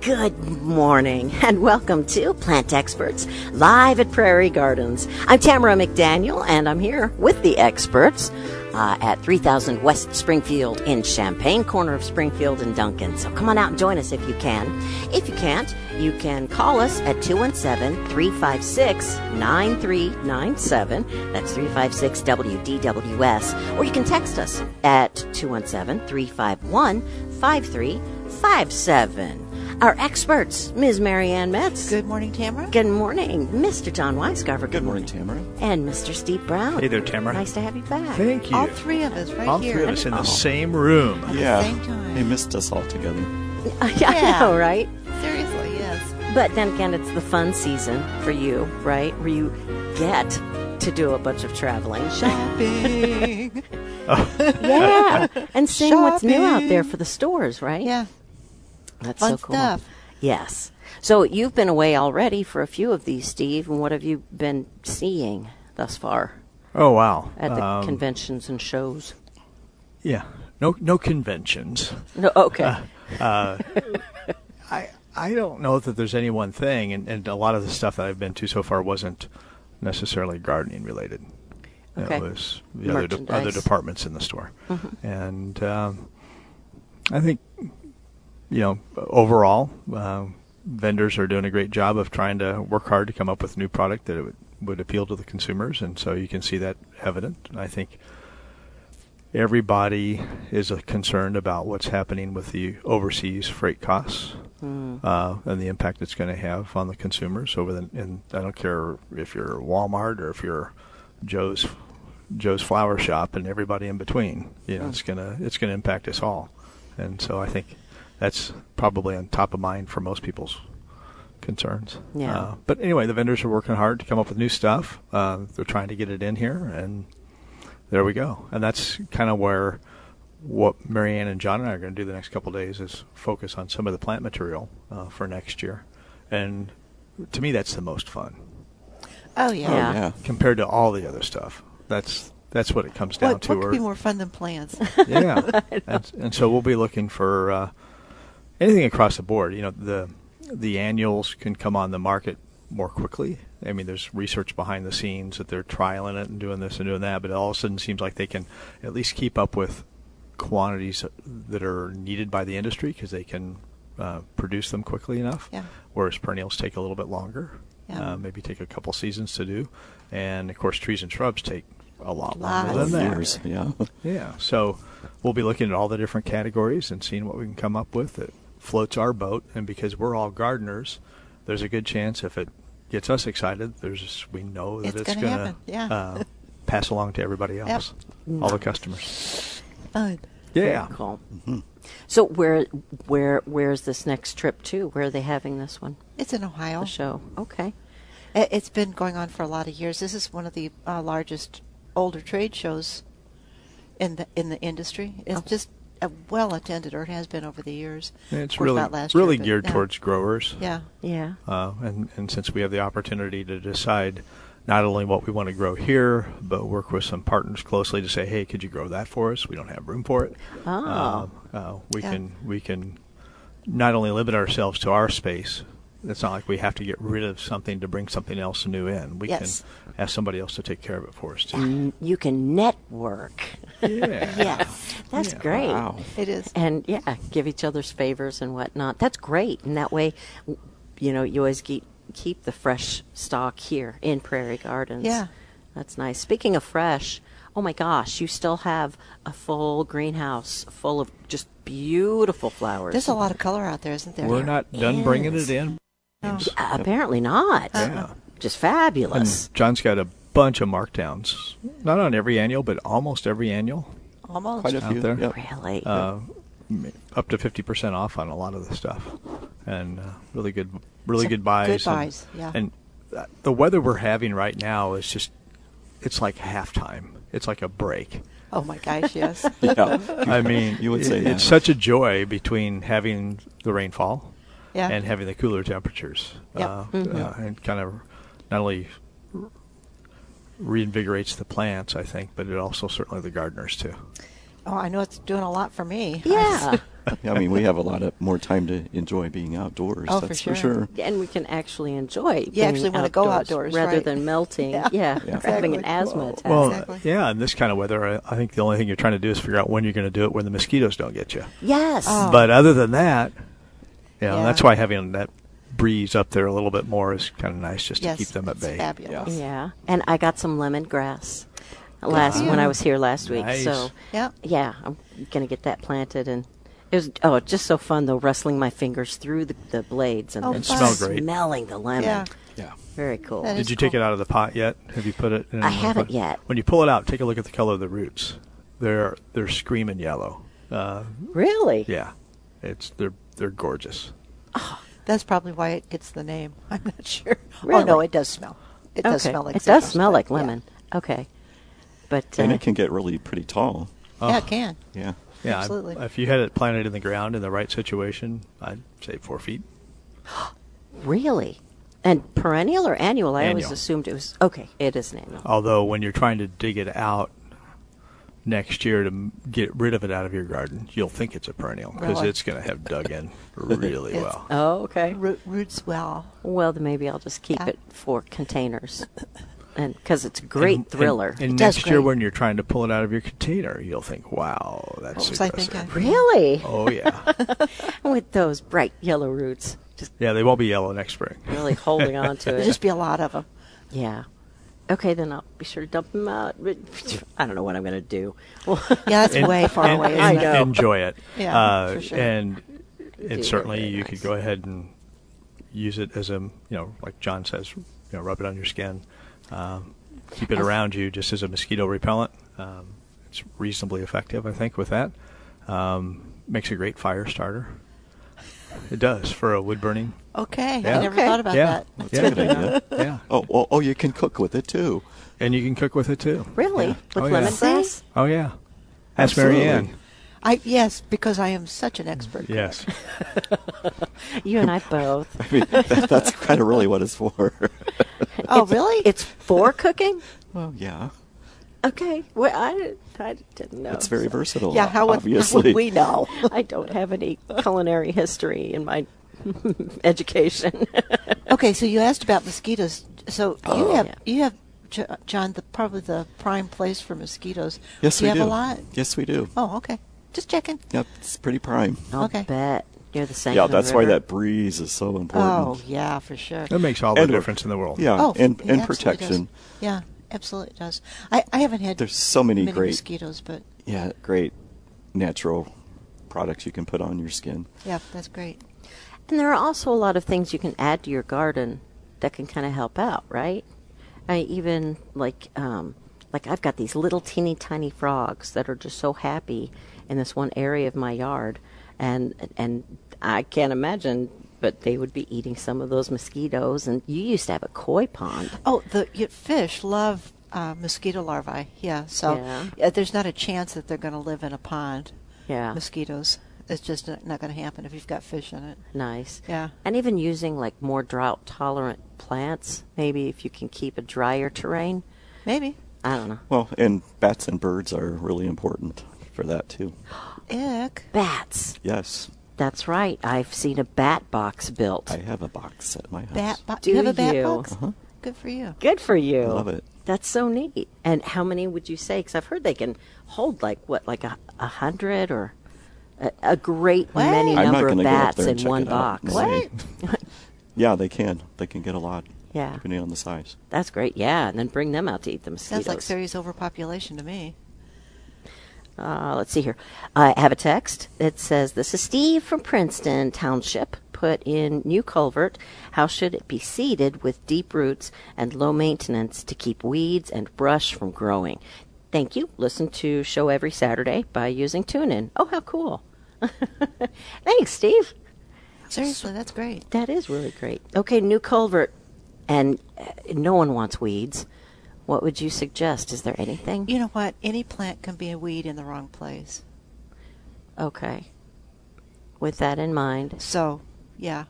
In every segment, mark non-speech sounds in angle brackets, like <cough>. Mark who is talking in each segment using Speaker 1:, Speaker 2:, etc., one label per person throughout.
Speaker 1: Good morning and welcome to Plant Experts live at Prairie Gardens. I'm Tamara McDaniel and I'm here with the experts uh, at 3000 West Springfield in Champaign, corner of Springfield and Duncan. So come on out and join us if you can. If you can't, you can call us at 217 356 9397. That's 356 WDWS. Or you can text us at 217 351 5357. Our experts, Ms. Marianne Metz.
Speaker 2: Good morning, Tamara.
Speaker 1: Good morning, Mr. John Weisgarver. Good,
Speaker 3: morning, Tamara.
Speaker 1: And Mr. Steve Brown.
Speaker 4: Hey there, Tamara.
Speaker 1: Nice to have you back.
Speaker 4: Thank you.
Speaker 2: All three of us right
Speaker 4: All
Speaker 2: here.
Speaker 4: three of us in the
Speaker 1: Oh.
Speaker 4: same room.
Speaker 2: At the
Speaker 3: yeah,
Speaker 2: same time.
Speaker 3: they missed us all together.
Speaker 1: <laughs> I know, right?
Speaker 2: Seriously, yes.
Speaker 1: But then again, it's the fun season for you, right? Where you get to do a bunch of
Speaker 2: <laughs>
Speaker 1: traveling.
Speaker 4: <laughs>
Speaker 2: Shopping.
Speaker 1: Yeah. and seeing what's new out there for the stores, right?
Speaker 2: yeah.
Speaker 1: That's
Speaker 2: Fun
Speaker 1: so cool.
Speaker 2: stuff.
Speaker 1: Yes. So you've been away already for a few of these, Steve, and what have you been seeing thus far
Speaker 4: Oh wow.
Speaker 1: at the
Speaker 4: Um,
Speaker 1: conventions and shows?
Speaker 4: yeah. No no conventions.
Speaker 1: No, okay.
Speaker 4: uh, I I don't know that there's any one thing and, and a lot of the stuff that I've been to so far wasn't necessarily gardening related.
Speaker 1: Okay.
Speaker 4: It was the other, de- other
Speaker 1: Merchandise. Mm-hmm.
Speaker 4: departments in the store. And um, I think you know, overall, um, vendors are doing a great job of trying to work hard to come up with new product that would, would appeal to the consumers, and so you can see that evident. And I think everybody is uh, concerned about what's happening with the overseas freight costs uh, and the impact it's going to have on the consumers over the. And I don't care if you're Walmart or if you're Joe's Joe's Flower Shop and everybody in between. You know, it's gonna it's gonna impact us all, and so I think that's probably on top of mind for most people's concerns.
Speaker 1: Yeah.
Speaker 4: Uh, but anyway, the vendors are working hard to come up with new stuff. Uh, they're trying to get it in here, and there we go. And that's kind of where what Marianne and John and I are going to do the next couple of days is focus on some of the plant material uh, for next year. And to me, that's the most fun
Speaker 2: Oh, yeah.
Speaker 1: Yeah.
Speaker 3: Yeah.
Speaker 4: compared to all the other stuff. That's that's what it comes down
Speaker 2: What,
Speaker 4: to.
Speaker 2: what could
Speaker 4: or-
Speaker 2: be more fun than
Speaker 4: <laughs>
Speaker 2: plants?
Speaker 4: yeah, and, and so we'll be looking for uh, anything across the board. You know, the the annuals can come on the market more quickly. I mean, there's research behind the scenes that they're trialing it and doing this and doing that, but it all of a sudden seems like they can at least keep up with quantities that are needed by the industry because they can uh, produce them quickly enough.
Speaker 2: Yeah.
Speaker 4: Whereas perennials take a little bit longer.
Speaker 2: Yeah.
Speaker 4: Uh, maybe take a couple seasons to do, and of course, trees and shrubs take a lot
Speaker 2: Lots.
Speaker 4: longer than that.
Speaker 3: Years, yeah.
Speaker 4: Yeah. So we'll be looking at all the different categories and seeing what we can come up with that floats our boat. And because we're all gardeners, there's a good chance if it gets us excited, there's we know that
Speaker 2: It's
Speaker 4: it's,
Speaker 2: gonna
Speaker 4: gonna,
Speaker 2: happen, yeah.
Speaker 4: uh, pass along to everybody else, all the customers.
Speaker 2: fun.
Speaker 4: Yeah.
Speaker 1: Very cool.
Speaker 3: Mm-hmm.
Speaker 1: So where where where's this next trip to? Where are they having this one?
Speaker 2: It's in Ohio.
Speaker 1: The show. Okay.
Speaker 2: I- It's been going on for a lot of years. This is one of the uh, largest older trade shows in the in the industry. It's just uh, well attended, or it has been over the years.
Speaker 4: And
Speaker 2: Of
Speaker 4: It's
Speaker 2: course,
Speaker 4: really
Speaker 2: not last year,
Speaker 4: really
Speaker 2: but-
Speaker 4: geared
Speaker 2: yeah.
Speaker 4: towards growers.
Speaker 2: Yeah,
Speaker 1: Yeah.
Speaker 4: Uh, and, and since we have the opportunity to decide not only what we want to grow here, but work with some partners closely to say, hey, could you grow that for us? We don't have room for it.
Speaker 1: Oh.
Speaker 4: Uh, uh, we
Speaker 2: Yeah.
Speaker 4: can we can not only limit ourselves to our space. It's not like we have to get rid of something to bring something else new in. We
Speaker 2: Yes.
Speaker 4: can ask somebody else to take care of it for us too.
Speaker 1: You can network. <laughs>
Speaker 4: yeah.
Speaker 2: yes,
Speaker 1: That's
Speaker 4: Yeah.
Speaker 1: great.
Speaker 3: Wow.
Speaker 2: it is.
Speaker 1: And yeah, give each other's favors and whatnot. That's great. And that way, w- you know, you always keep keep the fresh stock here in Prairie Gardens.
Speaker 2: Yeah.
Speaker 1: That's nice. Speaking of fresh, oh my gosh, you still have a full greenhouse full of just beautiful flowers.
Speaker 2: There's a lot of color out there, isn't there? Oh,
Speaker 4: We're not done bringing it in.
Speaker 2: No.
Speaker 1: Uh, Apparently not.
Speaker 4: Yeah.
Speaker 1: Just fabulous.
Speaker 4: And John's got a bunch of markdowns. Not on every annual, but almost every annual.
Speaker 2: Almost.
Speaker 3: Quite a
Speaker 4: Out
Speaker 3: few.
Speaker 4: there.
Speaker 3: Yep.
Speaker 1: Really?
Speaker 4: uh, m- up to 50% off on a lot of the stuff and uh, really good really
Speaker 2: Some
Speaker 4: good buys
Speaker 2: good
Speaker 4: and-
Speaker 2: buys, yeah.
Speaker 4: and uh, the weather we're having right now is just it's like halftime it's like a break
Speaker 2: Oh my gosh,
Speaker 4: <laughs>
Speaker 2: yes.
Speaker 3: <laughs> Yeah. <laughs>
Speaker 4: i mean
Speaker 3: You would say
Speaker 4: it-
Speaker 3: that.
Speaker 4: it's such a joy between having the rainfall
Speaker 2: Yeah.
Speaker 4: and having the cooler temperatures
Speaker 2: Yep. Mm-hmm.
Speaker 4: uh, uh, and kind of not only reinvigorates the plants i think but it also certainly the gardeners too
Speaker 2: Oh, I know it's doing a lot for me. <laughs>
Speaker 1: Yeah.
Speaker 3: I mean, we have a lot of more time to enjoy being outdoors.
Speaker 2: Oh, for
Speaker 3: that's
Speaker 2: sure.
Speaker 3: for sure.
Speaker 1: and we can actually enjoy. You
Speaker 2: actually wanna go outdoors,
Speaker 1: rather
Speaker 2: right.
Speaker 1: than melting.
Speaker 2: Yeah.
Speaker 1: <laughs> yeah,
Speaker 3: Yeah.
Speaker 1: having an
Speaker 2: Exactly.
Speaker 1: asthma
Speaker 2: Well-
Speaker 1: attack.
Speaker 4: Well,
Speaker 2: Exactly.
Speaker 4: yeah, in this kind of weather, I, I think the only thing you're trying to do is figure out when you're going to do it when the mosquitoes don't get you.
Speaker 1: yes.
Speaker 2: Oh.
Speaker 4: But other than that, you know,
Speaker 2: Yeah.
Speaker 4: that's why having that breeze up there a little bit more is kind of nice just
Speaker 2: yes,
Speaker 4: to keep them at
Speaker 2: it's
Speaker 4: bay.
Speaker 2: Fabulous.
Speaker 1: Yeah, and I got some lemongrass last
Speaker 2: for
Speaker 1: when
Speaker 2: you.
Speaker 1: I was here last week.
Speaker 4: Nice.
Speaker 1: So
Speaker 2: Yeah.
Speaker 1: yeah, I'm gonna get that planted and. It was oh, it's just so fun though, rustling my fingers through the, the blades and
Speaker 2: Oh,
Speaker 1: then
Speaker 2: It smelled
Speaker 4: great.
Speaker 1: smelling the lemon.
Speaker 2: Yeah.
Speaker 3: Yeah.
Speaker 1: Very cool.
Speaker 2: That is-
Speaker 4: Did you
Speaker 2: cool.
Speaker 4: take it out of the pot yet? Have you put it? in
Speaker 1: I
Speaker 4: the
Speaker 1: haven't
Speaker 4: pot?
Speaker 1: yet.
Speaker 4: When you pull it out, take a look at the color of the roots. They're they're screaming yellow. Uh,
Speaker 1: Really?
Speaker 4: yeah, it's they're they're gorgeous.
Speaker 2: That's probably why it gets the name. <laughs> I'm not sure. Oh
Speaker 1: Really?
Speaker 2: no, it does smell. It
Speaker 1: Okay.
Speaker 2: does smell like
Speaker 1: it does
Speaker 2: citrus,
Speaker 1: smell
Speaker 2: but
Speaker 1: like
Speaker 2: yeah.
Speaker 1: lemon. Okay, but
Speaker 3: And
Speaker 1: uh,
Speaker 3: it can get really pretty tall.
Speaker 2: Yeah, it can.
Speaker 3: Yeah.
Speaker 4: Yeah, I-
Speaker 2: Absolutely.
Speaker 4: if you had it planted in the ground in the right situation, I'd say four feet.
Speaker 1: really, and perennial or annual? I always
Speaker 4: Annual. Oh.
Speaker 1: assumed it was okay. It is an annual.
Speaker 4: Although when you're trying to dig it out next year to m- get rid of it out of your garden, you'll think it's a perennial because
Speaker 2: Really?
Speaker 4: it's going to have
Speaker 1: <laughs>
Speaker 4: dug in really
Speaker 2: It's-
Speaker 4: well.
Speaker 1: Oh, okay.
Speaker 2: Root, roots
Speaker 4: <laughs>
Speaker 2: well.
Speaker 1: Well, then maybe I'll just keep
Speaker 2: Yeah.
Speaker 1: it for containers, and because it's a great
Speaker 4: And- and-
Speaker 1: thriller.
Speaker 4: And,
Speaker 2: does
Speaker 4: next year,
Speaker 2: great.
Speaker 4: when you're trying to pull it out of your container, you'll think, "Wow, that's
Speaker 2: What was I
Speaker 4: aggressive."
Speaker 2: thinking?
Speaker 1: really,
Speaker 4: Oh yeah,
Speaker 1: <laughs> with those bright yellow roots, just
Speaker 4: yeah. They won't be yellow next spring.
Speaker 1: really holding on
Speaker 4: <laughs>
Speaker 1: to it.
Speaker 2: There'll just be a lot of them.
Speaker 1: yeah. Okay, then I'll be sure to dump them out. <laughs> But I don't know what I'm going to do.
Speaker 2: Yeah,
Speaker 1: <laughs>
Speaker 2: that's way far
Speaker 4: and-
Speaker 2: away.
Speaker 4: and
Speaker 2: Isn't
Speaker 1: I know.
Speaker 2: it?
Speaker 4: Enjoy it.
Speaker 2: <laughs> Yeah,
Speaker 4: Uh,
Speaker 2: for sure.
Speaker 4: And
Speaker 1: do,
Speaker 4: and certainly
Speaker 1: they're very
Speaker 4: you
Speaker 1: nice.
Speaker 4: could go ahead and use it as a you know like John says, you know, rub it on your skin, um, keep it around you just as a mosquito repellent. Um, it's reasonably effective, I think, with that. Um, makes a great fire starter. It does for a wood burning.
Speaker 1: Oh.
Speaker 2: Okay, I
Speaker 4: Yeah.
Speaker 2: never
Speaker 1: Okay.
Speaker 2: thought about
Speaker 4: yeah,
Speaker 2: that.
Speaker 3: That's a good idea.
Speaker 4: yeah.
Speaker 3: Oh, oh, oh, you can cook with it too.
Speaker 4: And you can cook with it too.
Speaker 1: really,
Speaker 3: Yeah.
Speaker 1: with
Speaker 4: Oh, yeah.
Speaker 1: lemongrass.
Speaker 4: Oh yeah, that's Mary
Speaker 3: Absolutely.
Speaker 4: Ann.
Speaker 2: <laughs> I yes, because I am such an expert.
Speaker 4: Yes.
Speaker 1: <laughs> You
Speaker 3: <laughs>
Speaker 1: and I both.
Speaker 3: I mean, that, that's kind of really what
Speaker 1: <laughs>
Speaker 2: <laughs>
Speaker 3: it's for.
Speaker 2: Oh, really?
Speaker 1: It's for cooking.
Speaker 3: well, yeah.
Speaker 1: Okay. Well, I, I didn't know.
Speaker 3: It's very
Speaker 1: so-
Speaker 2: <laughs>
Speaker 3: versatile.
Speaker 2: yeah. How would, how
Speaker 3: obviously.
Speaker 2: would we know?
Speaker 1: <laughs> I don't have any culinary history in my <laughs> education.
Speaker 2: <laughs> okay, so you asked about mosquitoes. So you
Speaker 1: Oh.
Speaker 2: have
Speaker 1: yeah.
Speaker 2: you have Jo- John the probably the prime place for mosquitoes.
Speaker 3: Yes,
Speaker 2: do
Speaker 3: we
Speaker 2: you
Speaker 3: do.
Speaker 2: have a lot.
Speaker 3: Yes, we do.
Speaker 2: Oh, okay. Just checking.
Speaker 3: Yep, it's pretty prime.
Speaker 1: I'll
Speaker 2: Okay.
Speaker 1: bet you're the same.
Speaker 3: yeah, that's why that breeze is so important.
Speaker 2: Oh, yeah, for sure.
Speaker 4: That makes all the
Speaker 3: And- uh,
Speaker 4: difference in the world.
Speaker 3: Yeah,
Speaker 2: Oh,
Speaker 3: and
Speaker 2: it
Speaker 3: and
Speaker 2: absolutely
Speaker 3: protection.
Speaker 2: does. Yeah, absolutely it does. I, I haven't had
Speaker 3: There's so many
Speaker 2: many
Speaker 3: great-
Speaker 2: mosquitoes, but
Speaker 3: Yeah, great natural products you can put on your skin.
Speaker 2: yeah, that's great.
Speaker 1: And there are also a lot of things you can add to your garden that can kind of help out, right? I even like um, like I've got these little teeny tiny frogs that are just so happy in this one area of my yard, and and I can't imagine. But they would be eating some of those mosquitoes, and you used to have a koi pond.
Speaker 2: Oh, the y fish love uh, mosquito larvae. Yeah, so
Speaker 1: Yeah.
Speaker 2: uh, there's not a chance that they're going to live in a pond.
Speaker 1: Yeah.
Speaker 2: mosquitoes. It's just not, not going to happen if you've got fish in it.
Speaker 1: Nice.
Speaker 2: Yeah.
Speaker 1: And even using like more drought tolerant plants, maybe if you can keep a drier terrain.
Speaker 2: Maybe.
Speaker 1: I don't know.
Speaker 3: Well, and bats and birds are really important for that too.
Speaker 2: Ick.
Speaker 1: Bats.
Speaker 3: Yes,
Speaker 1: That's right. I've seen a bat box built.
Speaker 3: I have a box at my house.
Speaker 2: Bat box.
Speaker 1: Do
Speaker 2: You have a bat
Speaker 1: you?
Speaker 2: box?
Speaker 3: Uh-huh.
Speaker 2: Good for you.
Speaker 1: Good for you.
Speaker 3: Love it.
Speaker 1: That's so neat. And how many would you say? Because I've heard they can hold like what, like a, a hundred or a, a great
Speaker 2: What?
Speaker 1: many
Speaker 3: I'm not
Speaker 1: number
Speaker 3: going
Speaker 1: of
Speaker 3: to go up
Speaker 1: bats
Speaker 3: there and
Speaker 1: in
Speaker 3: check
Speaker 1: one
Speaker 3: it out
Speaker 1: box.
Speaker 3: and
Speaker 2: What?
Speaker 3: see. <laughs> yeah, they can. They can get a lot.
Speaker 1: Yeah.
Speaker 3: Depending on the size.
Speaker 1: That's great. Yeah. And then bring them out to eat the mosquitoes.
Speaker 2: Sounds like serious overpopulation to me.
Speaker 1: Uh, let's see here. I have a text that says, This is Steve from Princeton Township. Put in new culvert. How should it be seeded with deep roots and low maintenance to keep weeds and brush from growing? Thank you. Listen to show every Saturday by using TuneIn. Oh, how cool. <laughs> Thanks, Steve.
Speaker 2: Seriously, that's great.
Speaker 1: That is really great. Okay, new culvert. And uh, no one wants weeds. What would you suggest? Is there anything?
Speaker 2: You know what? Any plant can be a weed in the wrong place.
Speaker 1: Okay. With that in mind,
Speaker 2: So, yeah.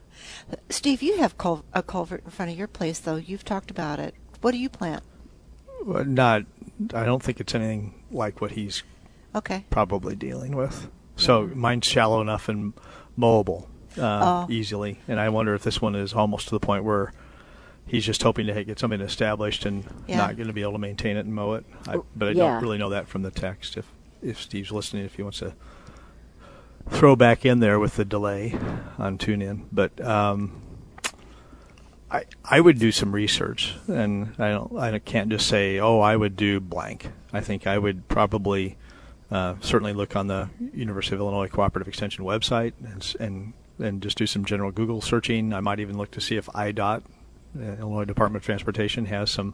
Speaker 2: Steve, you have cul- a culvert in front of your place, though. You've talked about it. What do you plant?
Speaker 4: Well, not. I don't think it's anything like what he's
Speaker 2: Okay.
Speaker 4: probably dealing with. So mine's shallow enough and mowable uh,
Speaker 2: Oh.
Speaker 4: easily, and I wonder if this one is almost to the point where he's just hoping to get something established and
Speaker 2: Yeah.
Speaker 4: not going to be able to maintain it and mow it. I, but I
Speaker 1: yeah.
Speaker 4: don't really know that from the text. If if Steve's listening, if he wants to throw back in there with the delay on TuneIn, but um, I I would do some research, and I don't I can't just say oh I would do blank. I think I would probably uh, certainly look on the University of Illinois Cooperative Extension website and s- and and just do some general Google searching. I might even look to see if IDOT, uh, Illinois Department of Transportation, has some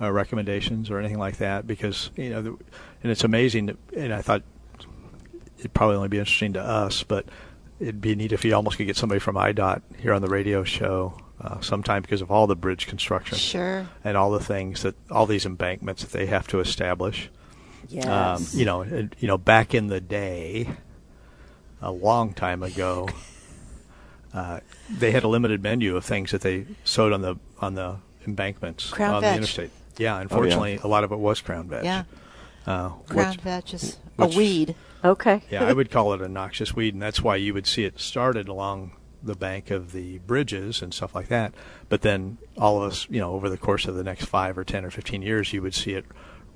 Speaker 4: uh, recommendations or anything like that because you know the, and it's amazing. that- And I thought it'd probably only be interesting to us, but it'd be neat if you almost could get somebody from IDOT here on the radio show uh, sometime because of all the bridge construction
Speaker 2: Sure.
Speaker 4: and all the things that all these embankments that they have to establish.
Speaker 1: Yes.
Speaker 4: Um, you know, and, you know, back in the day, a long
Speaker 2: <laughs>
Speaker 4: time ago, uh, they had a limited menu of things that they sowed on the on the embankments
Speaker 2: Crown
Speaker 4: on the
Speaker 2: veg. Oh,
Speaker 4: interstate. Yeah, unfortunately, a lot of it was crown veg.
Speaker 2: Yeah.
Speaker 4: Uh,
Speaker 2: Crown
Speaker 4: which-
Speaker 2: veg is
Speaker 4: which-
Speaker 2: a weed.
Speaker 1: okay.
Speaker 4: <laughs>
Speaker 2: <laughs>
Speaker 4: yeah, I would call it a noxious weed, and that's why you would see it started along the bank of the bridges and stuff like that. But then all of us, you know, over the course of the next five or ten or fifteen years, you would see it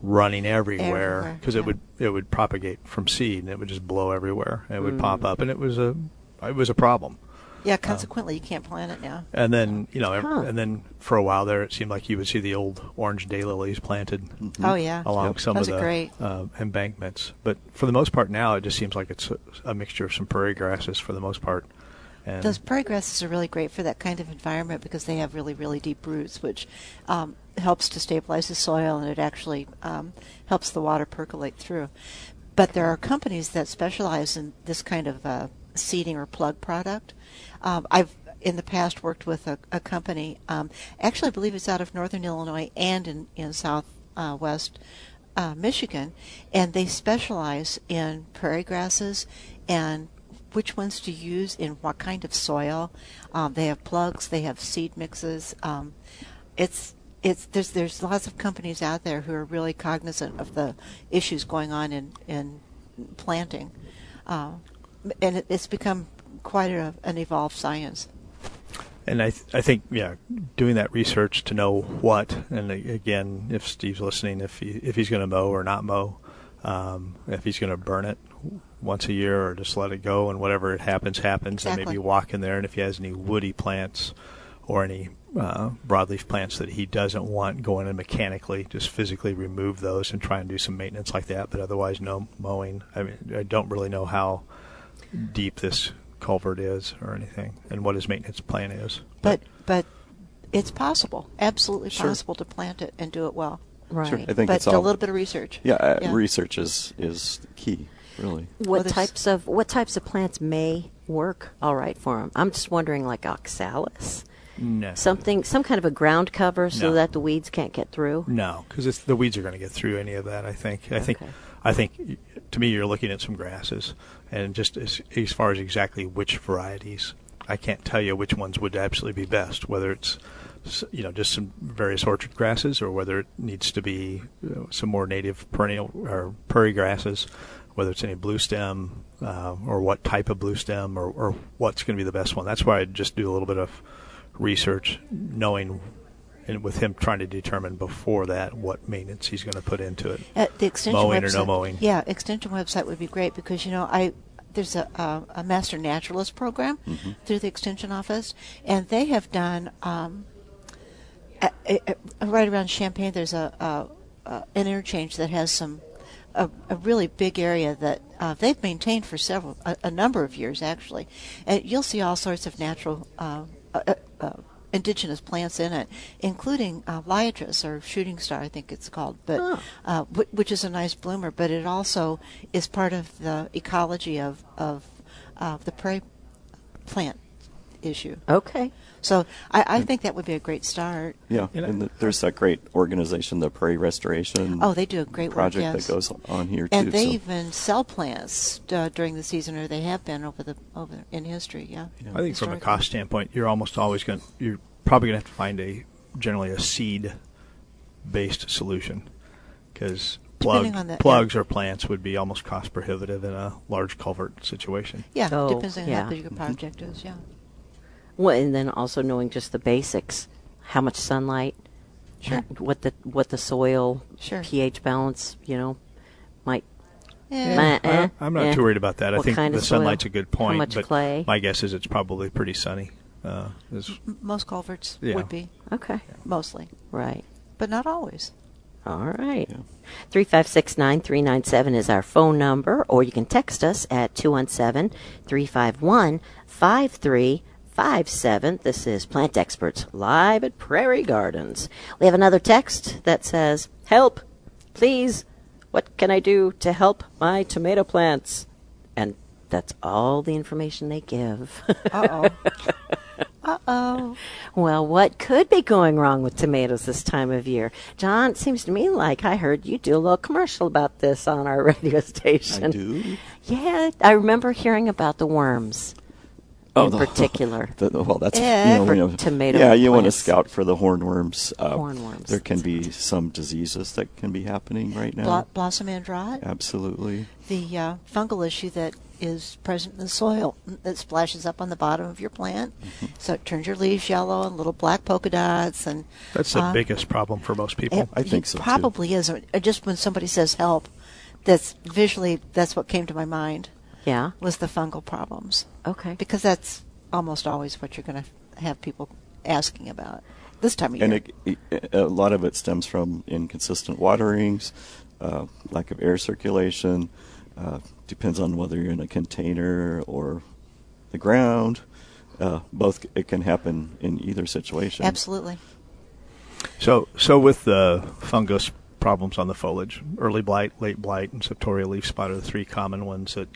Speaker 4: running everywhere
Speaker 2: Everywhere,
Speaker 4: because it
Speaker 2: yeah.
Speaker 4: would it would propagate from seed and it would just blow everywhere. It
Speaker 2: Mm.
Speaker 4: would pop up, and it was a it was a problem.
Speaker 2: Yeah. Consequently, you can't plant it now.
Speaker 4: And then you know, ev-
Speaker 1: Huh.
Speaker 4: and then for a while there, it seemed like you would see the old orange daylilies planted
Speaker 2: Oh yeah.
Speaker 4: along
Speaker 3: Yep.
Speaker 4: some
Speaker 2: Those
Speaker 4: of
Speaker 2: are
Speaker 4: the
Speaker 2: great.
Speaker 4: uh, embankments. But for the most part now, it just seems like it's a, a mixture of some prairie grasses for the most part. And
Speaker 2: Those prairie grasses are really great for that kind of environment because they have really, really deep roots, which um, helps to stabilize the soil and it actually um, helps the water percolate through. But there are companies that specialize in this kind of uh, seeding or plug product. Um, I've in the past worked with a, a company. Um, actually, I believe it's out of northern Illinois and in in southwest uh, West, uh, Michigan, and they specialize in prairie grasses and which ones to use in what kind of soil. Um, they have plugs, they have seed mixes. Um, it's it's there's there's lots of companies out there who are really cognizant of the issues going on in in planting, uh, and it, it's become quite a, an evolved science.
Speaker 4: and I, th- I think yeah, doing that research to know what, and a- again, if Steve's listening, if he if he's going to mow or not mow, um, if he's going to burn it once a year or just let it go, and whatever it happens happens, and
Speaker 2: Exactly.
Speaker 4: maybe walk in there, and if he has any woody plants or any uh, broadleaf plants that he doesn't want, go in and mechanically just physically remove those and try and do some maintenance like that. But otherwise, no mowing. I mean, I don't really know how deep this culvert is or anything and what his maintenance plan is.
Speaker 2: But but it's possible, absolutely
Speaker 3: Sure.
Speaker 2: possible, to plant it and do it well.
Speaker 1: Right.
Speaker 3: Sure, I think
Speaker 2: but
Speaker 3: it's all
Speaker 2: a little bit of research.
Speaker 3: Yeah, uh, research is is key, really.
Speaker 1: What
Speaker 2: Well, there's-
Speaker 1: types of what types of plants may work all right for them? I'm just wondering, like oxalis,
Speaker 4: No.
Speaker 1: something, some kind of a ground cover so
Speaker 4: No.
Speaker 1: that the weeds can't get through.
Speaker 4: No, because the weeds are going to get through any of that. I think. I think.
Speaker 1: Okay.
Speaker 4: I think. y- To me, you're looking at some grasses, and just as, as far as exactly which varieties, I can't tell you which ones would absolutely be best. Whether it's s- you know just some various orchard grasses, or whether it needs to be you know, some more native perennial or prairie grasses, whether it's any blue stem uh, or what type of blue stem or, or what's going to be the best one. That's why I just do a little bit of research, knowing and with him trying to determine before that what maintenance he's going to put into it.
Speaker 2: At the extension
Speaker 4: Mowing or
Speaker 2: website,
Speaker 4: no mowing?
Speaker 2: Yeah, extension website would be great because you know I there's a a, a master naturalist program
Speaker 4: Mm-hmm.
Speaker 2: through the extension office, and they have done um, a, a- a- Uh, right around Champaign. There's a, a, a an interchange that has some a, a really big area that uh, they've maintained for several a, a number of years actually, and you'll see all sorts of natural. Uh, uh, uh, indigenous plants in it, including uh, liatris or shooting star, I think it's called, but
Speaker 1: Huh.
Speaker 2: uh, wh- which is a nice bloomer. But it also is part of the ecology of of uh, the prairie plant issue.
Speaker 1: Okay.
Speaker 2: So I, I think that would be a great start.
Speaker 3: Yeah,
Speaker 4: You know-
Speaker 3: and the, there's that great organization, the Prairie Restoration.
Speaker 2: Oh, they do a great work,
Speaker 3: project
Speaker 2: yes.
Speaker 3: that goes on here
Speaker 2: And
Speaker 3: too.
Speaker 2: they
Speaker 3: so-
Speaker 2: even sell plants uh, during the season, or they have been over the over in history. Yeah,
Speaker 4: I think from a
Speaker 2: Historically.
Speaker 4: cost standpoint, you're almost always going. to You're probably going to have to find a generally a seed based solution because plug,
Speaker 2: Depending on the-
Speaker 4: plugs or plants would be almost cost prohibitive in a large culvert situation.
Speaker 2: Yeah,
Speaker 1: Oh,
Speaker 2: depends on
Speaker 1: yeah.
Speaker 2: how big your
Speaker 3: Mm-hmm.
Speaker 2: project is. Yeah.
Speaker 1: Well, and then also knowing just the basics, how much sunlight,
Speaker 2: Sure.
Speaker 1: ha- what the what the soil
Speaker 2: Sure.
Speaker 1: pH balance, you might.
Speaker 2: Yeah.
Speaker 1: Meh. Eh,
Speaker 4: I, am not
Speaker 1: eh.
Speaker 4: too worried about that. I
Speaker 1: What
Speaker 4: think
Speaker 1: kind
Speaker 4: the
Speaker 1: of soil?
Speaker 4: sunlight's a good
Speaker 1: How
Speaker 4: point.
Speaker 1: much
Speaker 4: but
Speaker 1: clay?
Speaker 4: My guess is it's probably pretty sunny. Uh, is,
Speaker 2: M- Most culverts
Speaker 4: Yeah.
Speaker 2: would be
Speaker 1: Okay.
Speaker 2: mostly,
Speaker 1: Right.
Speaker 2: but not always.
Speaker 1: All right.
Speaker 3: Yeah.
Speaker 1: Three five six nine three nine seven is our phone number, or you can text us at 217 351 5357. This is Plant Experts live at Prairie Gardens. We have another text that says, Help! Please! What can I do to help my tomato plants? And that's all the information they give.
Speaker 2: Uh oh.
Speaker 1: <laughs>
Speaker 2: uh oh.
Speaker 1: Well, what could be going wrong with tomatoes this time of year? John, it seems to me like I heard you do a little commercial about this on our <laughs> radio station.
Speaker 3: I do.
Speaker 1: Yeah, I remember hearing about the worms in
Speaker 3: Oh, the- <laughs>
Speaker 1: particular.
Speaker 3: the- the- well, that's
Speaker 2: Yeah,
Speaker 3: you know,
Speaker 1: for
Speaker 3: you know,
Speaker 1: tomato
Speaker 3: Yeah, you want to
Speaker 1: plants.
Speaker 3: scout for the hornworms. Uh,
Speaker 1: Hornworms.
Speaker 3: There can be some diseases that can be happening right now.
Speaker 2: Blo- blossom and rot.
Speaker 3: Absolutely.
Speaker 2: the uh, fungal issue that is present in the soil mm, that splashes up on the bottom of your plant.
Speaker 3: Mm-hmm.
Speaker 2: So it turns your leaves yellow and little black polka dots. And
Speaker 4: that's the
Speaker 2: uh, eh,
Speaker 4: biggest problem for most people.
Speaker 2: It,
Speaker 3: I think
Speaker 2: it
Speaker 3: so, too.
Speaker 2: Probably is. Uh, Just when somebody says help, that's visually that's what came to my mind
Speaker 1: Yeah.
Speaker 2: was the fungal problems
Speaker 1: Okay.
Speaker 2: because that's almost always what you're going to have people asking about this time of
Speaker 3: And
Speaker 2: year.
Speaker 3: it, it- a lot of it stems from inconsistent waterings, uh, lack of air circulation. Uh, depends on whether you're in a container or the ground. Uh, both it can happen in either situation.
Speaker 2: Absolutely.
Speaker 4: So, so with the fungus problems on the foliage, early blight, late blight, and septoria leaf spot are the three common ones that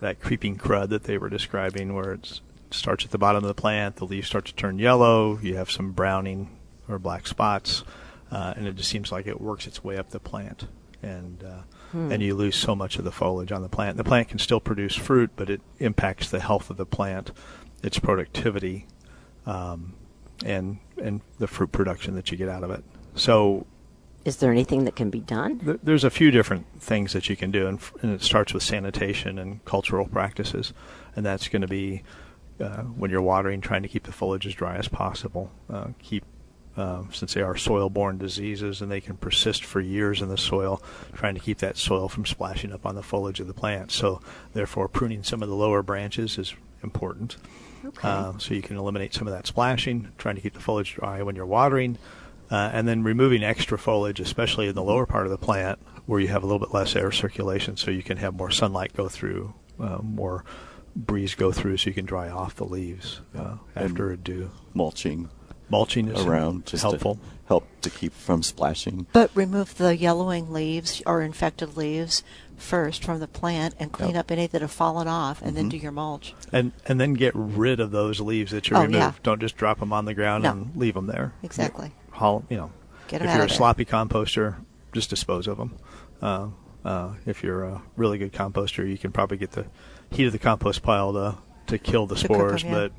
Speaker 4: that creeping crud that they were describing, where it starts at the bottom of the plant, the leaves start to turn yellow, you have some browning or black spots, uh, and it just seems like it works its way up the plant, and uh, and you lose so much of the foliage on the plant. The plant can still produce fruit, but it impacts the health of the plant, its productivity, um, and and the fruit production that you get out of it. So
Speaker 1: Is there anything that can be done?
Speaker 4: th- there's a few different things that you can do, and, f- and it starts with sanitation and cultural practices, and that's going to be uh, when you're watering, trying to keep the foliage as dry as possible. Uh, keep um, since they are soil-borne diseases and they can persist for years in the soil, trying to keep that soil from splashing up on the foliage of the plant. So, therefore, pruning some of the lower branches is important.
Speaker 1: Okay.
Speaker 4: Um, so you can eliminate some of that splashing, trying to keep the foliage dry when you're watering, uh, and then removing extra foliage, especially in the lower part of the plant where you have a little bit less air circulation, so you can have more sunlight go through, uh, more breeze go through, so you can dry off the leaves uh,
Speaker 3: And-
Speaker 4: after a dew.
Speaker 3: Mulching
Speaker 4: Mulching is
Speaker 3: around just
Speaker 4: helpful.
Speaker 3: to help to keep from splashing.
Speaker 2: But remove the yellowing leaves or infected leaves first from the plant and clean
Speaker 3: Yep. Mm-hmm.
Speaker 2: up any that have fallen off and then do your mulch.
Speaker 4: and and then get rid of those leaves that you
Speaker 2: Oh,
Speaker 4: remove.
Speaker 2: yeah.
Speaker 4: Don't just drop them on the ground
Speaker 2: No.
Speaker 4: and leave them there.
Speaker 2: Exactly.
Speaker 4: Haul, you know,
Speaker 2: Get 'em
Speaker 4: if
Speaker 2: out
Speaker 4: you're
Speaker 2: of
Speaker 4: a
Speaker 2: there.
Speaker 4: sloppy composter, just dispose of them. Uh, uh, if you're a really good composter, you can probably get the heat of the compost pile to to kill the
Speaker 2: To cook 'em,
Speaker 4: spores.
Speaker 2: yeah.
Speaker 4: But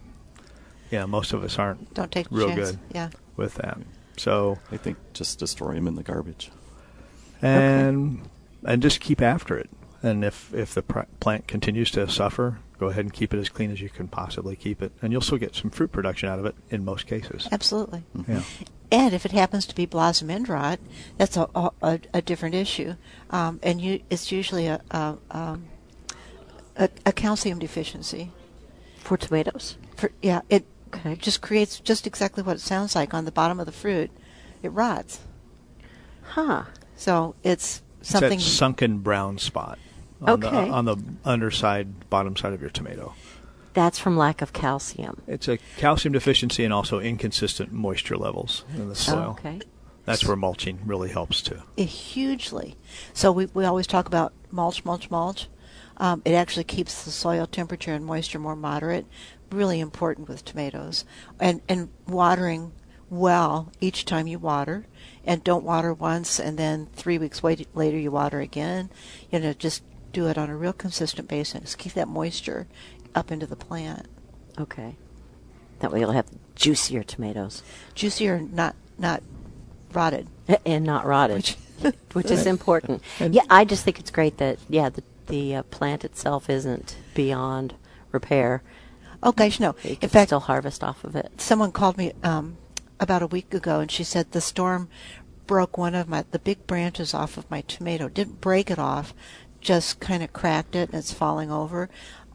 Speaker 4: yeah, most of us aren't
Speaker 2: Don't take the
Speaker 4: real
Speaker 2: chance.
Speaker 4: good
Speaker 2: Yeah.
Speaker 4: with that. So
Speaker 3: I think just destroy them in the garbage.
Speaker 4: and and just keep after it. And if if the pr- plant continues to suffer, go ahead and keep it as clean as you can possibly keep it, and you'll still get some fruit production out of it in most cases.
Speaker 2: Absolutely.
Speaker 3: Mm-hmm.
Speaker 4: Yeah.
Speaker 2: And if it happens to be blossom end rot, that's a, a- a, a different issue. Um, and you, it's usually a, a, um, a, a calcium deficiency.
Speaker 1: For tomatoes?
Speaker 2: For, yeah, it
Speaker 1: Okay.
Speaker 2: just creates just exactly what it sounds like on the bottom of the fruit. It rots.
Speaker 1: Huh.
Speaker 2: So it's
Speaker 4: It's
Speaker 2: something.
Speaker 4: that sunken brown spot on
Speaker 1: Okay.
Speaker 4: the on the underside, bottom side of your tomato.
Speaker 1: That's from lack of calcium.
Speaker 4: It's a calcium deficiency and also inconsistent moisture levels in the soil.
Speaker 1: Oh, Okay.
Speaker 4: That's where mulching really helps too.
Speaker 2: it hugely. So we, we always talk about mulch, mulch, mulch. Um, it actually keeps the soil temperature and moisture more moderate. Really important with tomatoes, and and watering well each time you water, and don't water once and then three weeks wait, later you water again. You know, just do it on a real consistent basis. Keep that moisture up into the plant.
Speaker 1: Okay. That way you'll have juicier tomatoes
Speaker 2: Juicier, not not rotted.
Speaker 3: <laughs>
Speaker 2: <laughs>
Speaker 1: and not rotted. which is important. Yeah, I just think it's great that yeah the the uh, plant itself isn't beyond repair.
Speaker 2: Oh gosh, no.
Speaker 1: You
Speaker 2: In
Speaker 1: can
Speaker 2: fact,
Speaker 1: still harvest off of it.
Speaker 2: someone called me um, about a week ago, and she said the storm broke one of my the big branches off of my tomato. Didn't break it off, just kind of cracked it, and it's falling over.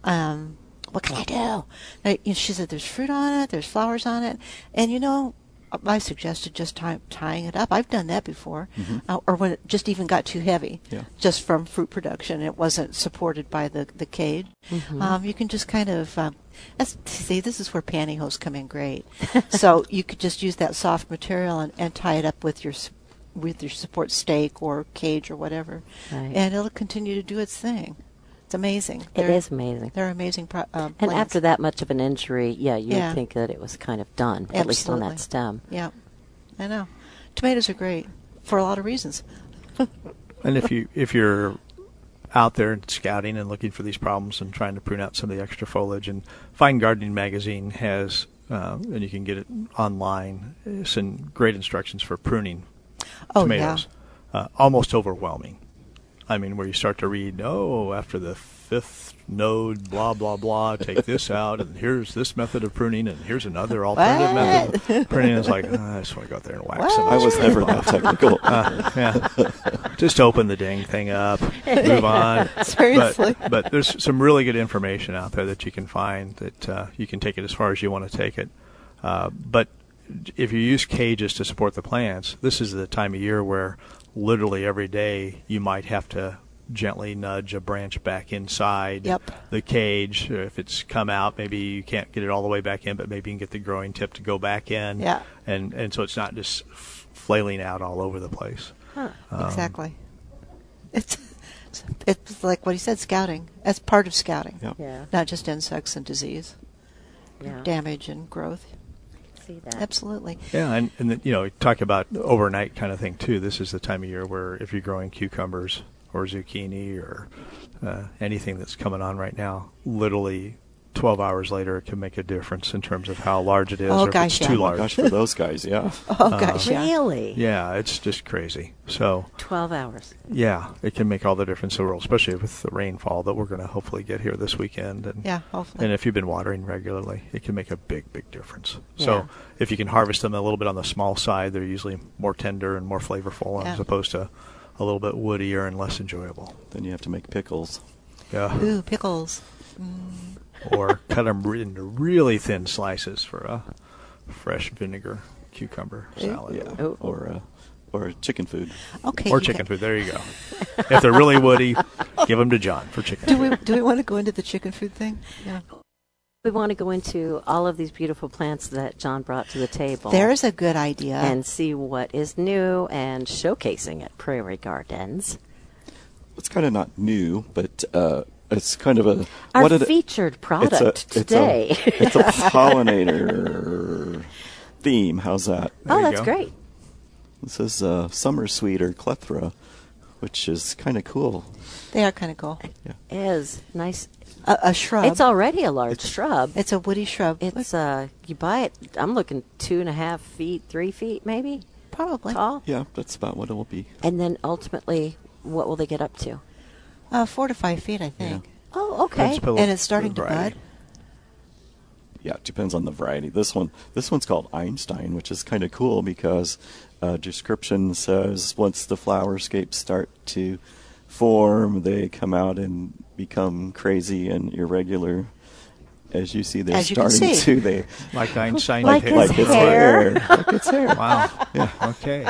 Speaker 2: Um, what can I do? And I- she said, "There's fruit on it. There's flowers on it." And you know, uh, I suggested just tie, tying it up. I've done that before, uh, or when it just even got too heavy,
Speaker 3: Yeah.
Speaker 2: just from fruit production. It wasn't supported by the the cage.
Speaker 1: Mm-hmm.
Speaker 2: Um, you can just kind of um, that's, see. This is where pantyhose come in great. <laughs> so you could just use that soft material and, and tie it up with your s- with your support stake or cage or whatever,
Speaker 1: Right.
Speaker 2: and it'll continue to do its thing. It's amazing. It
Speaker 1: It is amazing.
Speaker 2: They're amazing. Pro- uh,
Speaker 1: And
Speaker 2: plants.
Speaker 1: after that much of an injury, yeah, you
Speaker 2: Yeah.
Speaker 1: would think that it was kind of done, at least on
Speaker 2: Absolutely.
Speaker 1: that stem.
Speaker 2: Yeah, I know. Tomatoes are great for a lot of reasons.
Speaker 4: And if you if you're out there and scouting and looking for these problems and trying to prune out some of the extra foliage, and Fine Gardening magazine has uh, and you can get it online uh, some great instructions for pruning
Speaker 2: Oh
Speaker 4: tomatoes. Uh, almost overwhelming. I mean, where you start to read, oh, after the fifth node, blah blah blah, take
Speaker 2: <laughs>
Speaker 4: this out, and here's this method of pruning, and here's another alternative
Speaker 2: What?
Speaker 4: method of pruning. It's like "Ah, I just want to go out there and wax. some of
Speaker 3: I
Speaker 4: this
Speaker 3: was
Speaker 4: crap
Speaker 3: never
Speaker 4: off." <laughs>
Speaker 3: that technical.
Speaker 4: Uh, yeah. Just open the dang thing up, move on.
Speaker 2: <laughs> Seriously.
Speaker 4: But, but there's some really good information out there that you can find that uh, you can take it as far as you want to take it. Uh, but if you use cages to support the plants, this is the time of year where literally every day you might have to gently nudge a branch back inside
Speaker 2: Yep.
Speaker 4: the cage. Or If it's come out, maybe you can't get it all the way back in, but maybe you can get the growing tip to go back in.
Speaker 2: Yeah.
Speaker 4: And and so it's not just f- flailing out all over the place. Um,
Speaker 2: yeah, exactly. It's it's like what he said, scouting. That's part of scouting,
Speaker 3: Yep.
Speaker 1: Yeah.
Speaker 2: not just insects and disease,
Speaker 1: Yeah.
Speaker 2: damage and growth.
Speaker 1: See that.
Speaker 2: Absolutely.
Speaker 4: Yeah, and, and the, you know, talk about the overnight kind of thing too. This is the time of year where if you're growing cucumbers or zucchini or uh, anything that's coming on right now, literally 12 hours later, it can make a difference in terms of how large it is
Speaker 2: Oh,
Speaker 4: or if
Speaker 2: gosh,
Speaker 4: it's too
Speaker 2: yeah.
Speaker 4: large. <laughs>
Speaker 3: Gosh, for those guys, yeah.
Speaker 2: Oh
Speaker 4: uh,
Speaker 2: gosh, yeah.
Speaker 1: Really?
Speaker 4: Yeah, it's just crazy. So,
Speaker 1: 12 hours.
Speaker 4: yeah, it can make all the difference in the world, especially with the rainfall that we're going to hopefully get here this weekend. And,
Speaker 2: Yeah, hopefully.
Speaker 4: And if you've been watering regularly, it can make a big, big difference.
Speaker 1: Yeah.
Speaker 4: So if you can harvest them a little bit on the small side, they're usually more tender and more flavorful
Speaker 2: Yeah.
Speaker 4: as opposed to a little bit woodier and less enjoyable.
Speaker 3: Then you have to make pickles.
Speaker 4: Yeah.
Speaker 2: Ooh, pickles.
Speaker 4: <laughs> or cut them into really thin slices for a fresh vinegar cucumber salad.
Speaker 3: Yeah.
Speaker 1: Oh.
Speaker 3: Or uh, or chicken food.
Speaker 2: Okay.
Speaker 4: Or
Speaker 2: you
Speaker 4: chicken
Speaker 2: got-
Speaker 4: food. There you go. if they're really woody, give them to John for chicken
Speaker 2: Do
Speaker 4: food.
Speaker 2: we do we want to go into the chicken food thing? Yeah.
Speaker 1: We want to go into all of these beautiful plants that John brought to the table.
Speaker 2: There's a good idea.
Speaker 1: and see what is new and showcasing at Prairie Gardens.
Speaker 3: It's kind of not new, but uh, it's kind of a
Speaker 1: Our
Speaker 3: what did it-
Speaker 1: featured product
Speaker 3: it's a,
Speaker 1: today.
Speaker 3: It's
Speaker 1: <laughs>
Speaker 3: a, it's a pollinator theme. How's that?
Speaker 1: oh,
Speaker 4: you
Speaker 1: that's
Speaker 4: go.
Speaker 1: great.
Speaker 3: This is uh, summer sweet or clethra, which is kind of cool.
Speaker 2: they are kind of cool.
Speaker 1: Is nice.
Speaker 2: A, a shrub.
Speaker 1: It's already a large shrub.
Speaker 2: It's a woody shrub.
Speaker 1: It's uh, you buy it. I'm looking two and a half feet, three feet maybe
Speaker 2: probably
Speaker 1: tall,
Speaker 3: Yeah, that's about what it will be.
Speaker 1: and then ultimately, what will they get up to?
Speaker 2: uh, four to five feet, I think.
Speaker 1: Oh, okay.
Speaker 4: Principal
Speaker 2: And it's starting to
Speaker 4: variety.
Speaker 2: bud.
Speaker 3: Yeah, it depends on the variety. This one, this one's called Einstein, which is kind of cool because uh, description says once the flowerscapes start to form, they come out and become crazy and irregular. As you see, they're
Speaker 2: As you can
Speaker 3: starting
Speaker 2: see.
Speaker 3: to they
Speaker 4: Like Einstein.
Speaker 1: Like
Speaker 4: did.
Speaker 1: his
Speaker 3: like it's
Speaker 1: hair.
Speaker 3: hair, like it's hair.
Speaker 4: Wow. Yeah. Okay.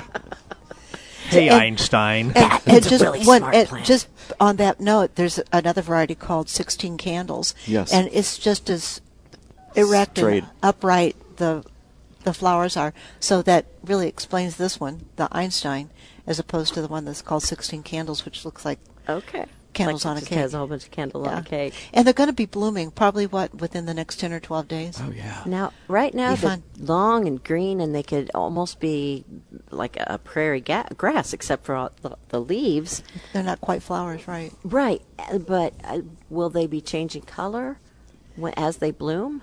Speaker 4: Hey,
Speaker 2: And-
Speaker 4: Einstein.
Speaker 2: And,
Speaker 1: Yeah,
Speaker 2: and
Speaker 1: it's a
Speaker 2: just
Speaker 1: really
Speaker 2: one,
Speaker 1: smart
Speaker 2: and
Speaker 1: plant.
Speaker 2: just on that note, there's another variety called 16 candles.
Speaker 3: Yes.
Speaker 2: And it's just as erect
Speaker 3: Straight.
Speaker 2: and upright the the flowers are. So that really explains this one, the Einstein, as opposed to the one that's called 16 candles, which looks like
Speaker 1: okay.
Speaker 2: Candles
Speaker 1: Like it
Speaker 2: on a
Speaker 1: just
Speaker 2: cake.
Speaker 1: Has a whole bunch of candles on
Speaker 2: yeah.
Speaker 1: a cake.
Speaker 2: And they're going to be blooming probably what within the next 10 or 12 days.
Speaker 3: <laughs> Oh yeah,
Speaker 1: Now, right now,
Speaker 2: Be
Speaker 1: they're
Speaker 2: fun.
Speaker 1: long and green, and they could almost be like a prairie ga- grass, except for all the, the leaves.
Speaker 2: They're not quite flowers, right?
Speaker 1: Right, uh, but uh, will they be changing color when, as they bloom?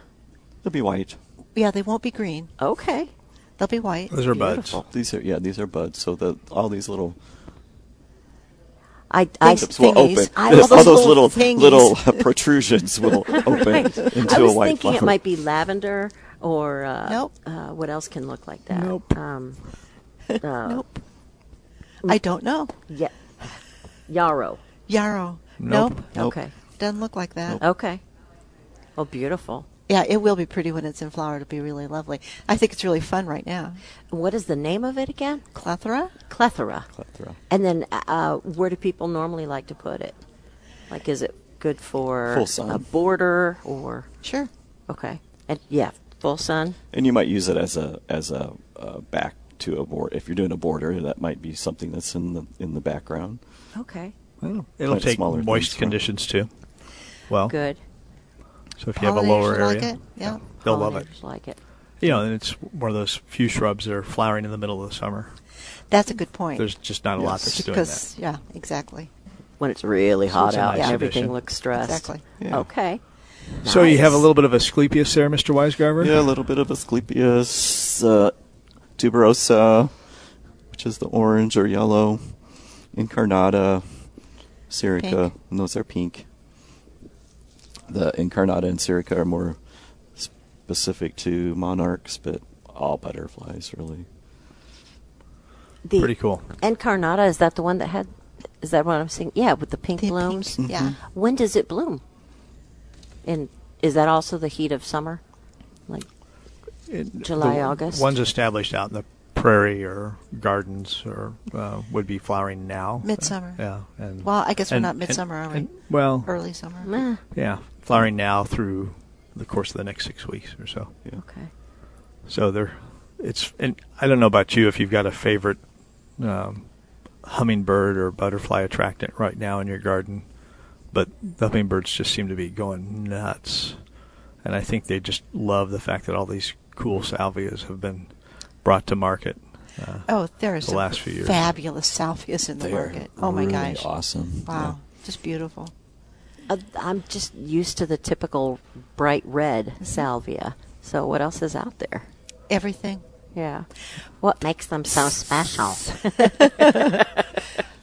Speaker 3: they'll be white.
Speaker 2: Yeah, they won't be green.
Speaker 1: Okay.
Speaker 2: They'll be white.
Speaker 4: Those are buds.
Speaker 1: Beautiful.
Speaker 3: These are yeah, these are buds. So the all these little
Speaker 1: I, I
Speaker 3: tips will
Speaker 1: thingies.
Speaker 3: open.
Speaker 1: I-
Speaker 3: all those,
Speaker 1: little
Speaker 3: little
Speaker 1: thingies.
Speaker 3: little uh,
Speaker 1: <laughs>
Speaker 3: protrusions will open
Speaker 1: Right.
Speaker 3: into
Speaker 1: I was
Speaker 3: a white
Speaker 1: thinking it
Speaker 3: flower.
Speaker 1: might be lavender or uh,
Speaker 2: Nope.
Speaker 1: uh, what else can look like that?
Speaker 4: Nope.
Speaker 1: Um, uh,
Speaker 2: nope. I don't know.
Speaker 1: yeah, yarrow.
Speaker 2: Yarrow.
Speaker 4: Nope.
Speaker 3: Nope.
Speaker 1: Okay.
Speaker 2: Doesn't look like that.
Speaker 1: Okay. Oh, beautiful.
Speaker 2: Yeah, it will be pretty when it's in flower. It'll be really lovely. I think it's really fun right now.
Speaker 1: What is the name of it again?
Speaker 2: Clethora?
Speaker 1: Clethora.
Speaker 3: Plethora.
Speaker 1: And then, uh, where do people normally like to put it? Like, is it good for
Speaker 3: Full sun.
Speaker 1: a border or
Speaker 2: Sure.
Speaker 1: okay? And yeah, full sun.
Speaker 3: And you might use it as a as a uh, back to a board. If you're doing a border, that might be something that's in the in the background.
Speaker 1: Okay,
Speaker 4: Well, it'll
Speaker 3: Plant
Speaker 4: take
Speaker 3: smaller
Speaker 4: moist
Speaker 3: things, right?
Speaker 4: conditions too. Well,
Speaker 1: good.
Speaker 4: so if you have a lower
Speaker 2: Pollinators
Speaker 4: area,
Speaker 2: like it, yeah.
Speaker 4: they'll love it.
Speaker 1: Pollinators Like it.
Speaker 4: You know, and it's one of those few shrubs that are flowering in the middle of the summer.
Speaker 2: That's a good point.
Speaker 4: There's just not a lot
Speaker 3: Yes.
Speaker 4: that's doing
Speaker 2: because,
Speaker 4: that.
Speaker 2: yeah, exactly.
Speaker 1: when it's really hot
Speaker 4: it's a
Speaker 1: out
Speaker 4: nice
Speaker 1: and everything
Speaker 4: addition.
Speaker 1: looks stressed.
Speaker 2: Exactly.
Speaker 3: Yeah.
Speaker 1: Okay.
Speaker 4: So you have a
Speaker 1: Nice.
Speaker 4: little bit of Asclepias there, Mr. Weisgarber.
Speaker 3: Yeah, a little bit of Asclepias uh, tuberosa, which is the orange or yellow, incarnata, syrica,
Speaker 2: Pink.
Speaker 3: and those are pink. The incarnata and syrica are more specific to monarchs, but all butterflies really.
Speaker 1: The
Speaker 4: Pretty cool.
Speaker 1: Encarnata is that the one that had? Is that what I'm seeing? Yeah, with the pink
Speaker 2: The pink,
Speaker 1: blooms.
Speaker 2: yeah.
Speaker 1: When does it bloom? And is that also the heat of summer? Like
Speaker 4: It-
Speaker 1: July,
Speaker 4: the
Speaker 1: August.
Speaker 4: Ones established out in the prairie or gardens or uh, would be flowering now. Uh,
Speaker 2: Midsummer.
Speaker 4: Mm-hmm. Yeah. And
Speaker 2: Well, I guess we're
Speaker 4: and-
Speaker 2: not
Speaker 4: and-
Speaker 2: midsummer, are we?
Speaker 4: and- well,
Speaker 2: Early summer.
Speaker 1: meh.
Speaker 4: yeah, flowering now through the course of the next six weeks or so.
Speaker 3: Yeah.
Speaker 1: Okay.
Speaker 4: So they're it's and I don't know about you if you've got a favorite um, hummingbird or butterfly attractant right now in your garden, but the hummingbirds just seem to be going nuts, and I think they just love the fact that all these cool salvias have been brought to market. Uh,
Speaker 2: Oh, there are
Speaker 4: The
Speaker 2: some
Speaker 4: last few years.
Speaker 2: fabulous salvias in the
Speaker 3: They are
Speaker 2: market. Oh my
Speaker 3: really
Speaker 2: gosh!
Speaker 3: Awesome.
Speaker 2: Wow, just beautiful.
Speaker 1: Uh, I'm just used to the typical bright red
Speaker 4: Mm-hmm.
Speaker 1: salvia. So what else is out there?
Speaker 2: Everything
Speaker 1: Yeah. What makes them so
Speaker 2: <laughs>
Speaker 4: <laughs>
Speaker 1: special?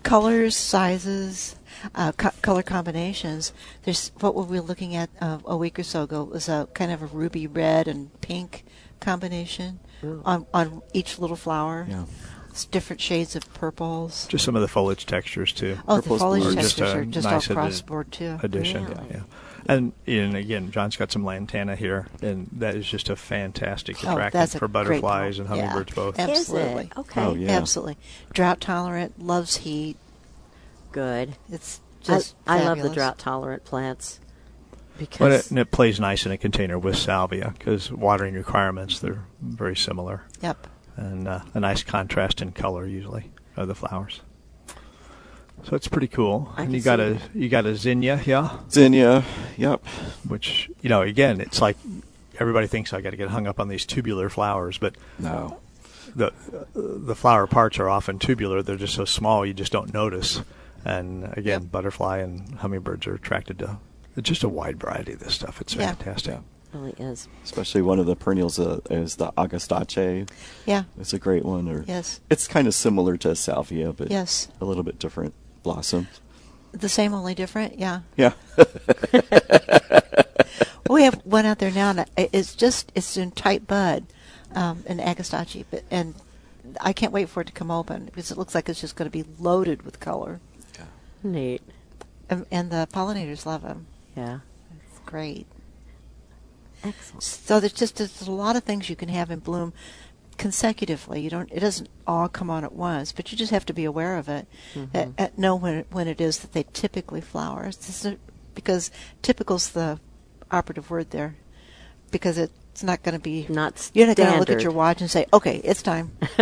Speaker 2: colors, sizes, uh, co- color combinations. There's what were we looking at uh, a week or so ago was a kind of a ruby red and pink combination on on each little flower.
Speaker 3: Oh. Yeah.
Speaker 2: It's different shades of purples.
Speaker 4: just some of the foliage textures too.
Speaker 2: Oh, the
Speaker 3: purples
Speaker 2: foliage
Speaker 3: are
Speaker 4: just
Speaker 2: textures
Speaker 4: a
Speaker 2: are just
Speaker 4: nice
Speaker 2: all cross
Speaker 4: addi-
Speaker 2: board too.
Speaker 4: edition.
Speaker 1: Really?
Speaker 4: Yeah. And and again, John's got some lantana here, and that is just a fantastic
Speaker 2: Oh,
Speaker 4: attractant
Speaker 2: that's a
Speaker 4: for
Speaker 2: great
Speaker 4: butterflies
Speaker 2: call.
Speaker 4: and hummingbirds
Speaker 2: Yeah.
Speaker 4: both.
Speaker 2: Ab-
Speaker 1: Is
Speaker 2: Absolutely.
Speaker 1: it? Okay.
Speaker 3: Oh, yeah.
Speaker 2: Absolutely, drought tolerant, loves heat.
Speaker 1: Good.
Speaker 2: It's
Speaker 1: I-
Speaker 2: just
Speaker 1: I, love the
Speaker 2: fabulous.
Speaker 1: drought tolerant plants
Speaker 4: But
Speaker 1: because
Speaker 4: it, and it plays nice in a container with salvia because watering requirements they're very similar,
Speaker 2: Yep.
Speaker 4: and uh, a nice contrast in color usually of the flowers. So it's pretty cool.
Speaker 1: I
Speaker 4: and
Speaker 1: can
Speaker 4: you got
Speaker 1: see
Speaker 4: a
Speaker 1: that.
Speaker 4: you got a zinnia here,
Speaker 3: Zinnia. Yep.
Speaker 4: which you know again it's like everybody thinks I got to get hung up on these tubular flowers, but
Speaker 3: No.
Speaker 4: the the flower parts are often tubular. They're just so small you just don't notice. And again, butterfly and hummingbirds are attracted to just a wide variety of this stuff. It's
Speaker 2: Yeah.
Speaker 4: fantastic.
Speaker 1: really is.
Speaker 3: Especially one of the perennials uh, is the Agastache.
Speaker 2: Yeah.
Speaker 3: It's a great one. Or
Speaker 2: Yes.
Speaker 3: It's kind of similar to salvia, but
Speaker 2: Yes.
Speaker 3: a little bit different blossoms.
Speaker 2: The same, only different. Yeah.
Speaker 3: Yeah.
Speaker 2: <laughs> we have one out there now, and I- it's just it's in tight bud, um, in Agastache, but and I can't wait for it to come open because it looks like it's just going to be loaded with color,
Speaker 1: Neat.
Speaker 2: and, and the pollinators love them.
Speaker 1: Yeah.
Speaker 2: It's great.
Speaker 1: Excellent.
Speaker 2: So there's just there's a lot of things you can have in bloom consecutively. You don't it doesn't all come on at once, but you just have to be aware of it.
Speaker 1: Mm-hmm.
Speaker 2: At, at know when it, when it is that they typically flower. It's just a- because typical's the operative word there, because it's not going to be
Speaker 1: Not
Speaker 2: You're not going to look at
Speaker 1: standard.
Speaker 2: your watch and say, "Okay,
Speaker 1: <laughs>
Speaker 2: it's time." It's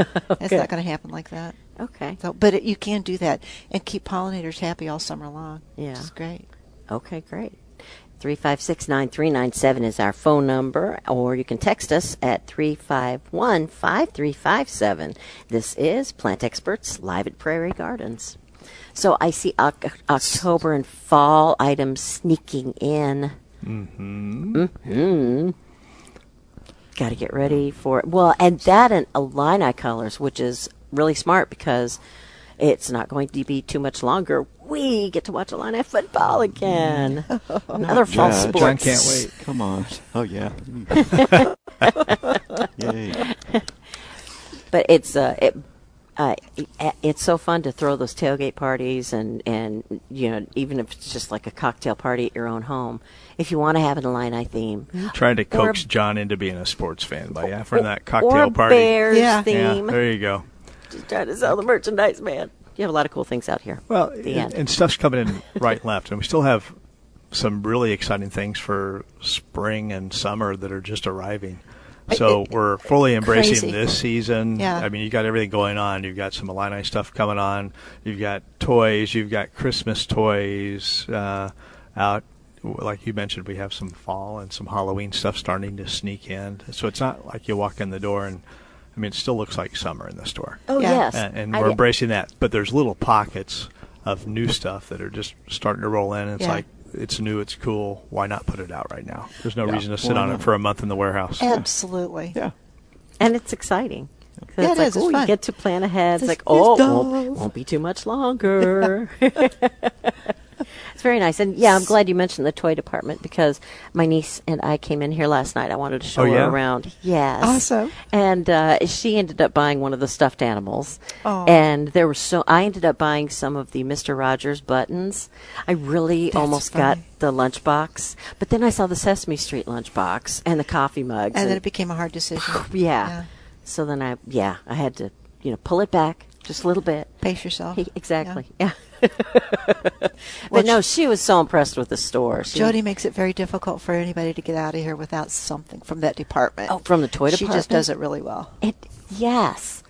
Speaker 2: not going to happen like that.
Speaker 1: Okay.
Speaker 2: So, but it, you can do that and keep pollinators happy all summer long.
Speaker 1: Yeah.
Speaker 2: which is great.
Speaker 1: Okay, great. 3569397 is our phone number, or you can text us at 351 5357. This is Plant Experts live at Prairie Gardens. So I see oc- October and fall items sneaking in. got to get ready for it. Well, and that and Illini colors, which is really smart because it's not going to be too much longer we get to watch Illini football again.
Speaker 4: <laughs>
Speaker 1: Another fall
Speaker 3: Yeah,
Speaker 1: sports.
Speaker 4: Oh, John can't wait.
Speaker 3: Come on.
Speaker 2: <laughs>
Speaker 3: Oh yeah. Yay.
Speaker 1: But it's uh, it, uh, it, it's so fun to throw those tailgate parties and and you know even if it's just like a cocktail party at your own home, if you want to have an Illini theme,
Speaker 4: Trying to
Speaker 1: Or a-
Speaker 4: coax John into being a sports fan by offering Oh, that
Speaker 1: or
Speaker 4: cocktail
Speaker 1: a
Speaker 4: party.
Speaker 1: Bears
Speaker 2: Yeah.
Speaker 4: yeah,
Speaker 1: theme.
Speaker 4: there you go.
Speaker 1: Just trying to sell the merchandise, man. You have a lot of cool things out here.
Speaker 4: Well,
Speaker 1: the
Speaker 4: and,
Speaker 1: end.
Speaker 4: and stuff's coming in right <laughs> and left, and we still have some really exciting things for spring and summer that are just arriving. So we're fully embracing
Speaker 2: Crazy.
Speaker 4: this season.
Speaker 2: Yeah.
Speaker 4: I mean, you've got everything going on. You've got some Illini stuff coming on. You've got toys. You've got Christmas toys uh, out. Like you mentioned, we have some fall and some Halloween stuff starting to sneak in. So it's not like you walk in the door and, I mean, it still looks like summer in the store.
Speaker 1: oh
Speaker 2: Yeah.
Speaker 1: yes,
Speaker 4: And, and
Speaker 1: I
Speaker 4: we're
Speaker 1: did-
Speaker 4: embracing that. But there's little pockets of new stuff that are just starting to roll in. It's
Speaker 2: Yeah.
Speaker 4: like, it's new, it's cool. Why not put it out right now? There's no
Speaker 3: Yeah.
Speaker 4: reason to sit
Speaker 3: Why
Speaker 4: on it
Speaker 3: not?
Speaker 4: for a month in the warehouse.
Speaker 2: Absolutely.
Speaker 3: Yeah.
Speaker 1: and it's exciting. 'Cause it's
Speaker 2: Yeah,
Speaker 1: like,
Speaker 2: it is. It's
Speaker 1: oh, you
Speaker 2: fun.
Speaker 1: get to plan ahead. It's,
Speaker 2: It's
Speaker 1: like,
Speaker 2: just
Speaker 1: oh, it
Speaker 2: stuff.
Speaker 1: won't, won't be too much
Speaker 2: <laughs>
Speaker 1: longer. it's very nice. And yeah, I'm glad you mentioned the toy department because my niece and I came in here last night. I wanted to show
Speaker 4: Oh,
Speaker 1: her
Speaker 4: yeah?
Speaker 1: around. Yes.
Speaker 2: Awesome.
Speaker 1: And uh, she ended up buying one of the stuffed animals.
Speaker 2: Oh.
Speaker 1: And there were so, I ended up buying some of the Mr. Rogers buttons. I really
Speaker 2: That's
Speaker 1: almost got
Speaker 2: funny.
Speaker 1: the lunchbox, but then I saw the Sesame Street lunchbox and the coffee mugs.
Speaker 2: And then it became a hard decision.
Speaker 1: <sighs> <laughs> Yeah. So then I, yeah, I had to, you know, pull it back just a little bit.
Speaker 2: Pace yourself.
Speaker 1: He- exactly.
Speaker 2: Oh, Yeah.
Speaker 1: Yeah. <laughs>
Speaker 2: Well,
Speaker 1: but no, she was so impressed with the store. She,
Speaker 2: Jody makes it very difficult for anybody to get out of here without something from that department.
Speaker 1: Oh, from the toy
Speaker 2: She
Speaker 1: department?
Speaker 2: just does it really well.
Speaker 1: It, yes.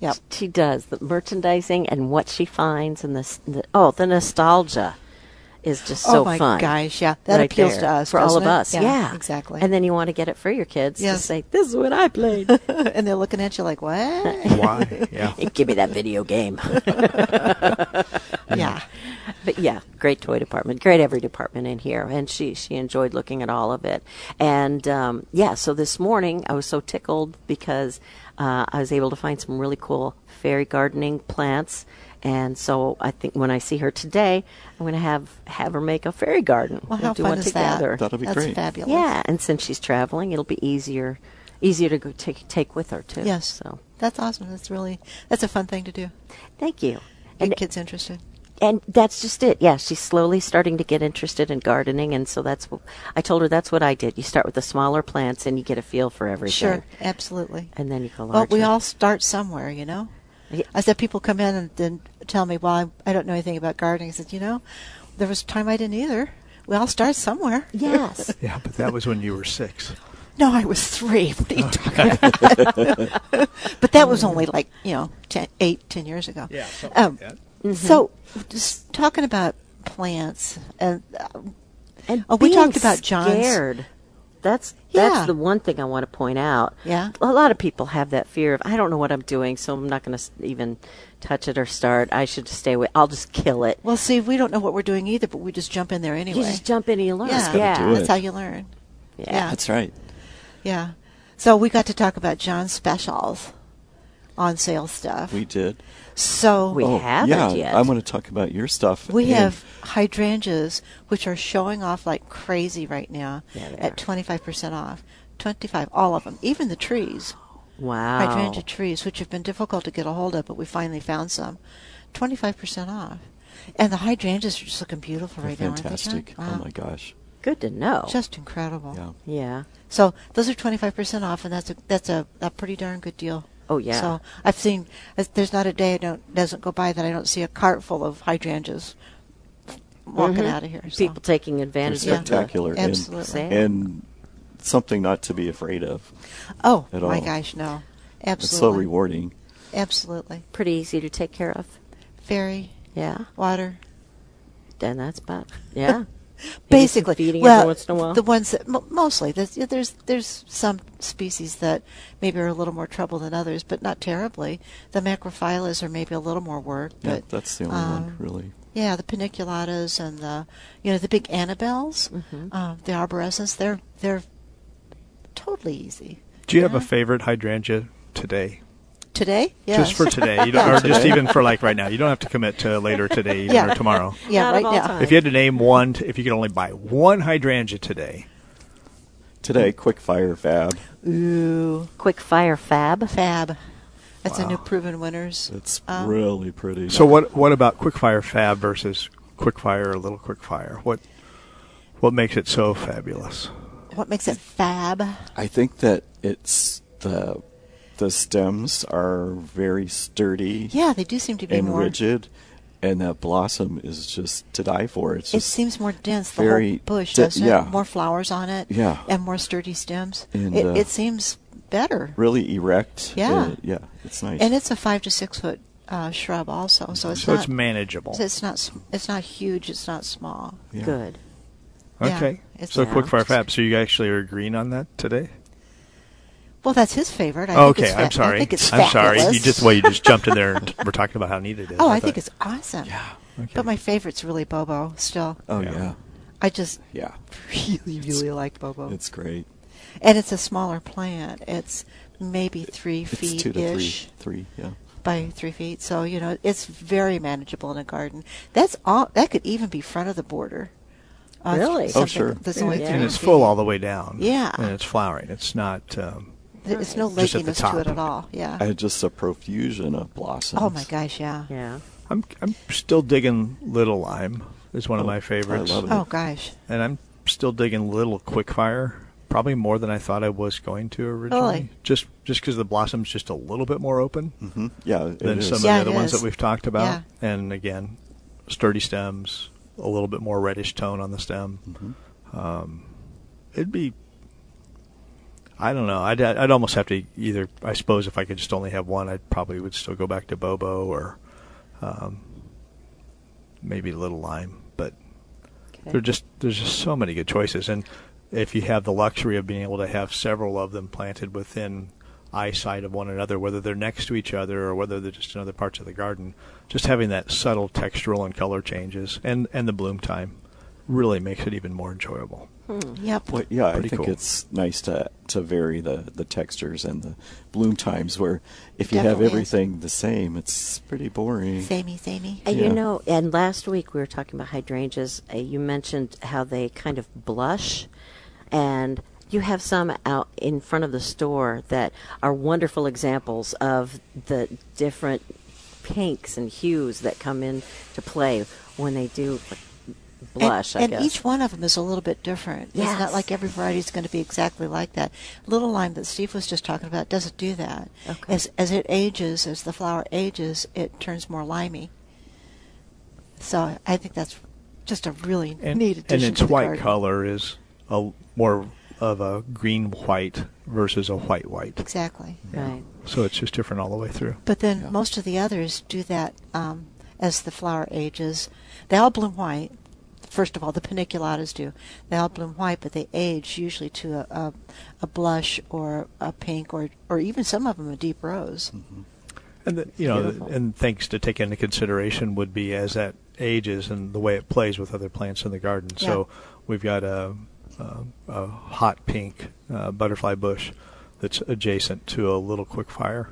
Speaker 2: Yep.
Speaker 1: She does the merchandising and what she finds and this. The, oh, the nostalgia is just so
Speaker 2: oh my
Speaker 1: fun.
Speaker 2: gosh, yeah, that
Speaker 1: right
Speaker 2: appeals
Speaker 1: there
Speaker 2: to us
Speaker 1: for all
Speaker 2: doesn't
Speaker 1: of
Speaker 2: it?
Speaker 1: us. Yeah,
Speaker 2: exactly.
Speaker 1: And then you want to get it for your kids
Speaker 2: Yes.
Speaker 1: to say, "This is what I played."
Speaker 2: <laughs> and they're looking at you like,
Speaker 3: <laughs>
Speaker 2: what?
Speaker 4: Why?
Speaker 1: <laughs>
Speaker 4: Yeah.
Speaker 1: Give me that video
Speaker 2: <laughs>
Speaker 1: game.
Speaker 2: yeah.
Speaker 1: But yeah, great toy department, great every department in here, and she she enjoyed looking at all of it. And um, yeah, so this morning I was so tickled because uh, I was able to find some really cool fairy gardening plants, and so I think when I see her today, I'm going to have have her make a fairy garden.
Speaker 2: Well,
Speaker 1: We'll
Speaker 2: how
Speaker 1: do
Speaker 2: fun
Speaker 1: one
Speaker 2: is
Speaker 1: together.
Speaker 2: that?
Speaker 3: That'll be
Speaker 2: That's
Speaker 3: great.
Speaker 2: fabulous.
Speaker 1: Yeah, and since she's traveling, it'll be easier easier to go take take with her too.
Speaker 2: Yes.
Speaker 1: So
Speaker 2: That's awesome. That's really that's a fun thing to do.
Speaker 1: thank you.
Speaker 2: Get kids interested.
Speaker 1: and that's just it. Yeah, she's slowly starting to get interested in gardening, and so that's. wh- I told her that's what I did. You start with the smaller plants, and you get a feel for everything.
Speaker 2: Sure, absolutely.
Speaker 1: And then you go
Speaker 2: Well, we
Speaker 1: larger.
Speaker 2: all start somewhere, you know.
Speaker 1: Yeah.
Speaker 2: I said people come in and then tell me, "Well, I, I don't know anything about gardening." I said, "You know, there was a time I didn't either. We all start somewhere." <laughs>
Speaker 1: Yes.
Speaker 4: <laughs> Yeah, but that was when you were six.
Speaker 2: No, I was three. What are you talking about? <laughs> but that was only like you know, ten, eight, ten years ago.
Speaker 4: Yeah, something
Speaker 2: Um,
Speaker 4: like that.
Speaker 1: Mm-hmm.
Speaker 2: So, just talking about plants, and uh,
Speaker 1: and
Speaker 2: Oh, we
Speaker 1: being
Speaker 2: talked about John's-
Speaker 1: scared. That's that's
Speaker 2: Yeah.
Speaker 1: the one thing I want to point out.
Speaker 2: Yeah.
Speaker 1: A lot of people have that fear of I don't know what I'm doing, so I'm not going to even touch it or start. I should stay away. I'll just kill it.
Speaker 2: well, see, we don't know what we're doing either, but we just jump in there anyway.
Speaker 1: You just jump in and you learn.
Speaker 2: yeah,
Speaker 3: do it.
Speaker 2: that's how you learn.
Speaker 1: Yeah.
Speaker 3: That's right.
Speaker 2: Yeah. So we got to talk about John's specials on sale stuff.
Speaker 3: We did.
Speaker 2: so
Speaker 1: We
Speaker 3: oh,
Speaker 1: haven't
Speaker 3: yeah,
Speaker 1: yet.
Speaker 3: I want to talk about your stuff.
Speaker 2: we
Speaker 3: and-
Speaker 2: have hydrangeas which are showing off like crazy right now
Speaker 1: Yeah, they are.
Speaker 2: at 25% off. 25 all of them, even the trees.
Speaker 1: Wow.
Speaker 2: Hydrangea trees which have been difficult to get a hold of, but we finally found some. 25% off. And the hydrangeas are just looking beautiful right
Speaker 3: fantastic.
Speaker 2: now. aren't they, John?
Speaker 3: Oh my gosh.
Speaker 1: Good to know.
Speaker 2: Wow. Just incredible.
Speaker 3: Yeah.
Speaker 1: yeah.
Speaker 2: So those are twenty five percent off, and that's a that's a, a pretty darn good deal.
Speaker 1: Oh, yeah.
Speaker 2: So I've seen uh, there's not a day I don't doesn't go by that I don't see a cart full of hydrangeas walking out of here. so.
Speaker 1: Mm-hmm. People taking advantage
Speaker 3: They're
Speaker 1: of the-
Speaker 3: spectacular. and-
Speaker 2: Absolutely.
Speaker 1: Sale.
Speaker 3: and something not to be afraid of.
Speaker 2: oh
Speaker 3: at
Speaker 2: my
Speaker 3: all.
Speaker 2: gosh, no,
Speaker 3: It's so
Speaker 2: absolutely,
Speaker 3: rewarding.
Speaker 2: absolutely.
Speaker 1: pretty easy to take care of.
Speaker 2: Ferry
Speaker 1: Yeah,
Speaker 2: water,
Speaker 1: then that's about
Speaker 2: <laughs>
Speaker 1: <laughs> yeah. Maybe some
Speaker 2: basically
Speaker 1: feeding
Speaker 2: well,
Speaker 1: every once in a while.
Speaker 2: the ones that mo mostly there's, yeah, there's there's some species that maybe are a little more trouble than others, but not terribly. The macrophylas are maybe a little more work,
Speaker 3: Yeah,
Speaker 2: but
Speaker 3: that's the only
Speaker 2: um,
Speaker 3: one, really.
Speaker 2: Yeah, the paniculatas and the you know the big Annabelles, uh, the arborescents. They're they're totally easy.
Speaker 4: Do you have a favorite hydrangea today?
Speaker 2: today? Yes.
Speaker 4: Just for today, you don't, or just even for like right now. You don't have to commit to later today even
Speaker 2: Yeah.
Speaker 4: or tomorrow.
Speaker 2: Yeah,
Speaker 1: Not
Speaker 2: right
Speaker 1: of all
Speaker 2: now.
Speaker 1: time.
Speaker 4: If you had to name one, if you could only buy one hydrangea today,
Speaker 3: Today, quick fire fab.
Speaker 2: <laughs> Ooh,
Speaker 1: Quick fire fab.
Speaker 2: fab. That's a new proven winners.
Speaker 3: It's
Speaker 2: Um,
Speaker 3: really pretty.
Speaker 4: so what? What about quickfire fab versus quickfire or little quickfire? What? What makes it so fabulous?
Speaker 2: What makes it fab?
Speaker 3: I think that it's the the stems are very sturdy
Speaker 2: Yeah, they do seem to be
Speaker 3: and
Speaker 2: more.
Speaker 3: rigid, and that blossom is just to die for. It's
Speaker 2: It
Speaker 3: just
Speaker 2: seems more dense. The
Speaker 3: very
Speaker 2: whole bush,
Speaker 3: di-
Speaker 2: doesn't
Speaker 3: yeah.
Speaker 2: it? More flowers on it.
Speaker 3: Yeah.
Speaker 2: And more sturdy stems.
Speaker 3: And,
Speaker 2: it,
Speaker 3: uh,
Speaker 2: it seems better.
Speaker 3: really erect.
Speaker 2: Yeah.
Speaker 3: Uh, yeah, it's nice.
Speaker 2: And it's a five to six foot uh, shrub also, so it's
Speaker 4: so
Speaker 2: not.
Speaker 4: it's manageable.
Speaker 2: so it's not. s- It's not huge. It's not small.
Speaker 3: Yeah.
Speaker 1: Good.
Speaker 2: yeah,
Speaker 4: okay.
Speaker 2: it's
Speaker 4: so
Speaker 2: not.
Speaker 4: quickfire fab. So you actually are agreeing on that today?
Speaker 2: Well, that's his favorite. I think
Speaker 4: okay,
Speaker 2: it's fa-
Speaker 4: I'm sorry.
Speaker 2: I think it's
Speaker 4: I'm sorry. You
Speaker 2: fabulous.
Speaker 4: just well, you just jumped in there and <laughs> we're talking about how neat it is.
Speaker 2: Oh, I, think
Speaker 4: thought-
Speaker 2: it's awesome.
Speaker 3: Yeah.
Speaker 4: Okay.
Speaker 2: But my favorite's really Bobo. Still,
Speaker 3: Oh
Speaker 4: Yeah.
Speaker 3: yeah. yeah,
Speaker 2: I just <laughs> really, really like Bobo.
Speaker 3: It's great.
Speaker 2: and it's a smaller plant. It's maybe three feet
Speaker 3: it's two to
Speaker 2: ish
Speaker 3: three. Three. Yeah.
Speaker 2: by three feet. So you know, it's very manageable in a garden. That's all. That could even be front of the border. Uh,
Speaker 1: Really? Oh,
Speaker 2: something
Speaker 3: sure.
Speaker 2: That's
Speaker 1: Yeah.
Speaker 2: only
Speaker 1: Yeah.
Speaker 2: three
Speaker 4: and it's
Speaker 2: feet.
Speaker 4: full all the way down.
Speaker 2: Yeah.
Speaker 4: and it's flowering. It's not. Um,
Speaker 2: There's no
Speaker 4: Just at the
Speaker 2: legginess to it at
Speaker 4: top.
Speaker 2: all. Yeah.
Speaker 3: I had just a profusion of blossoms.
Speaker 2: Uh-huh. oh my gosh. Yeah.
Speaker 1: Yeah.
Speaker 4: I'm I'm still digging Little Lime. Is one of
Speaker 3: Oh, I
Speaker 4: my
Speaker 3: love
Speaker 4: favorites.
Speaker 3: it.
Speaker 2: Oh gosh.
Speaker 4: And I'm still digging Little Quickfire. Probably more than I thought I was going to originally.
Speaker 2: Really?
Speaker 4: Just just because the blossom's just a little bit more open
Speaker 3: Mhm. Yeah. it
Speaker 4: than
Speaker 3: is.
Speaker 4: some of
Speaker 2: Yeah,
Speaker 4: the other
Speaker 2: it
Speaker 4: ones
Speaker 2: is.
Speaker 4: that we've talked about. And again, sturdy stems, a little bit more reddish tone on the stem.
Speaker 3: Mhm.
Speaker 4: It'd be. I don't know. I'd I'd almost have to either. I suppose if I could just only have one, I probably would still go back to Bobo or um, maybe Little Lime. But there just there's just so many good choices, and if you have the luxury of being able to have several of them planted within eyesight of one another, whether they're next to each other or whether they're just in other parts of the garden, just having that subtle textural and color changes and and the bloom time really makes it even more enjoyable.
Speaker 2: Hmm. Yep.
Speaker 3: Well, yeah, I
Speaker 4: Pretty
Speaker 3: think
Speaker 4: cool.
Speaker 3: it's nice to to vary the, the textures and the bloom times. Where if
Speaker 2: Definitely
Speaker 3: you
Speaker 2: is.
Speaker 3: have everything the same, it's pretty boring.
Speaker 2: Samey, samey.
Speaker 1: Uh, You
Speaker 3: Yeah.
Speaker 1: know, and last week we were talking about hydrangeas. Uh, you mentioned how they kind of blush, and you have some out in front of the store that are wonderful examples of the different pinks and hues that come in to play when they do blush.
Speaker 2: And,
Speaker 1: I
Speaker 2: and
Speaker 1: guess.
Speaker 2: each one of them is a little bit different. It's
Speaker 1: Yes.
Speaker 2: not like every variety is going to be exactly like that. Little lime that Steve was just talking about doesn't do that.
Speaker 1: Okay.
Speaker 2: As as it ages, as the flower ages, it turns more limey. So I think that's just a really
Speaker 4: and,
Speaker 2: neat addition
Speaker 4: and its
Speaker 2: to the
Speaker 4: white
Speaker 2: garden.
Speaker 4: color is a more of a green white versus a white white.
Speaker 2: Exactly.
Speaker 1: right.
Speaker 4: So it's just different all the way through.
Speaker 2: But then
Speaker 3: Yeah.
Speaker 2: most of the others do that um, as the flower ages. They all bloom white. First of all, the paniculatas do. They all bloom white, but they age usually to a, a, a blush or a pink or, or even some of them a deep rose.
Speaker 3: Mm-hmm.
Speaker 4: And the, you know,
Speaker 1: Beautiful.
Speaker 4: and things to take into consideration would be as that ages and the way it plays with other plants in the garden. So
Speaker 2: Yeah.
Speaker 4: we've got a, a, a hot pink uh, butterfly bush that's adjacent to a little quickfire.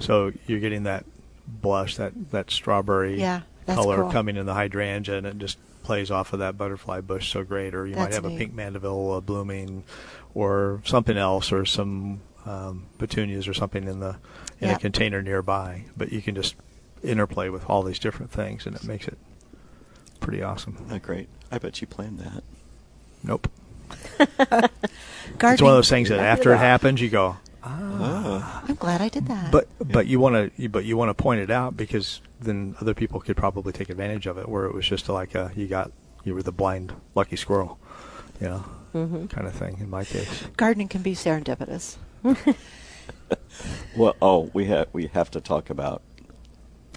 Speaker 4: So you're getting that blush, that that strawberry
Speaker 2: Yeah, that's
Speaker 4: color
Speaker 2: cool.
Speaker 4: coming in the hydrangea, and it just plays off of that butterfly bush so great. Or you might
Speaker 2: That's
Speaker 4: have a
Speaker 2: neat.
Speaker 4: pink mandevilla uh, blooming, or something else, or some um, petunias or something in the in
Speaker 2: Yeah.
Speaker 4: a container nearby. But you can just interplay with all these different things, and it makes it pretty awesome.
Speaker 3: Not Uh, great. I bet you planned that.
Speaker 4: Nope,
Speaker 2: Gardening.
Speaker 4: it's one of those things that after it
Speaker 1: Yeah.
Speaker 4: happens, you go,
Speaker 3: Ah.
Speaker 2: I'm glad I did that.
Speaker 4: but but you want to but you want to point it out because then other people could probably take advantage of it. Where it was just like a, you got you were the blind lucky squirrel, you know,
Speaker 2: Mm-hmm.
Speaker 4: kind of thing. In my case,
Speaker 2: gardening can be serendipitous.
Speaker 1: <laughs>
Speaker 3: Well, oh, we have we have to talk about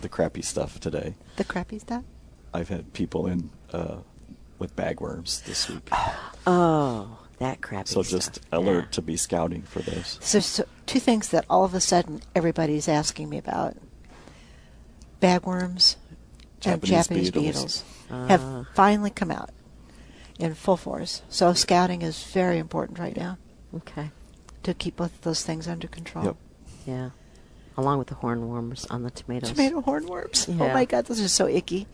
Speaker 3: the crappy stuff today.
Speaker 2: The crappy stuff.
Speaker 3: I've had people in uh, with bagworms
Speaker 2: <sighs>
Speaker 3: this week,
Speaker 1: Oh, that crappy.
Speaker 3: so just
Speaker 1: stuff.
Speaker 3: alert
Speaker 1: Yeah.
Speaker 3: to be scouting for those.
Speaker 2: So, so two things that all of a sudden everybody's asking me about: bagworms and
Speaker 3: Japanese
Speaker 2: Japanese beetles,
Speaker 3: beetles.
Speaker 2: have finally come out in full force. So scouting is very important right now
Speaker 1: Okay.
Speaker 2: to keep both of those things under control.
Speaker 3: Yep.
Speaker 1: Yeah. along with the hornworms on the tomatoes.
Speaker 2: Tomato
Speaker 1: <laughs>
Speaker 2: hornworms.
Speaker 1: Yeah.
Speaker 2: Oh my God, those are so icky.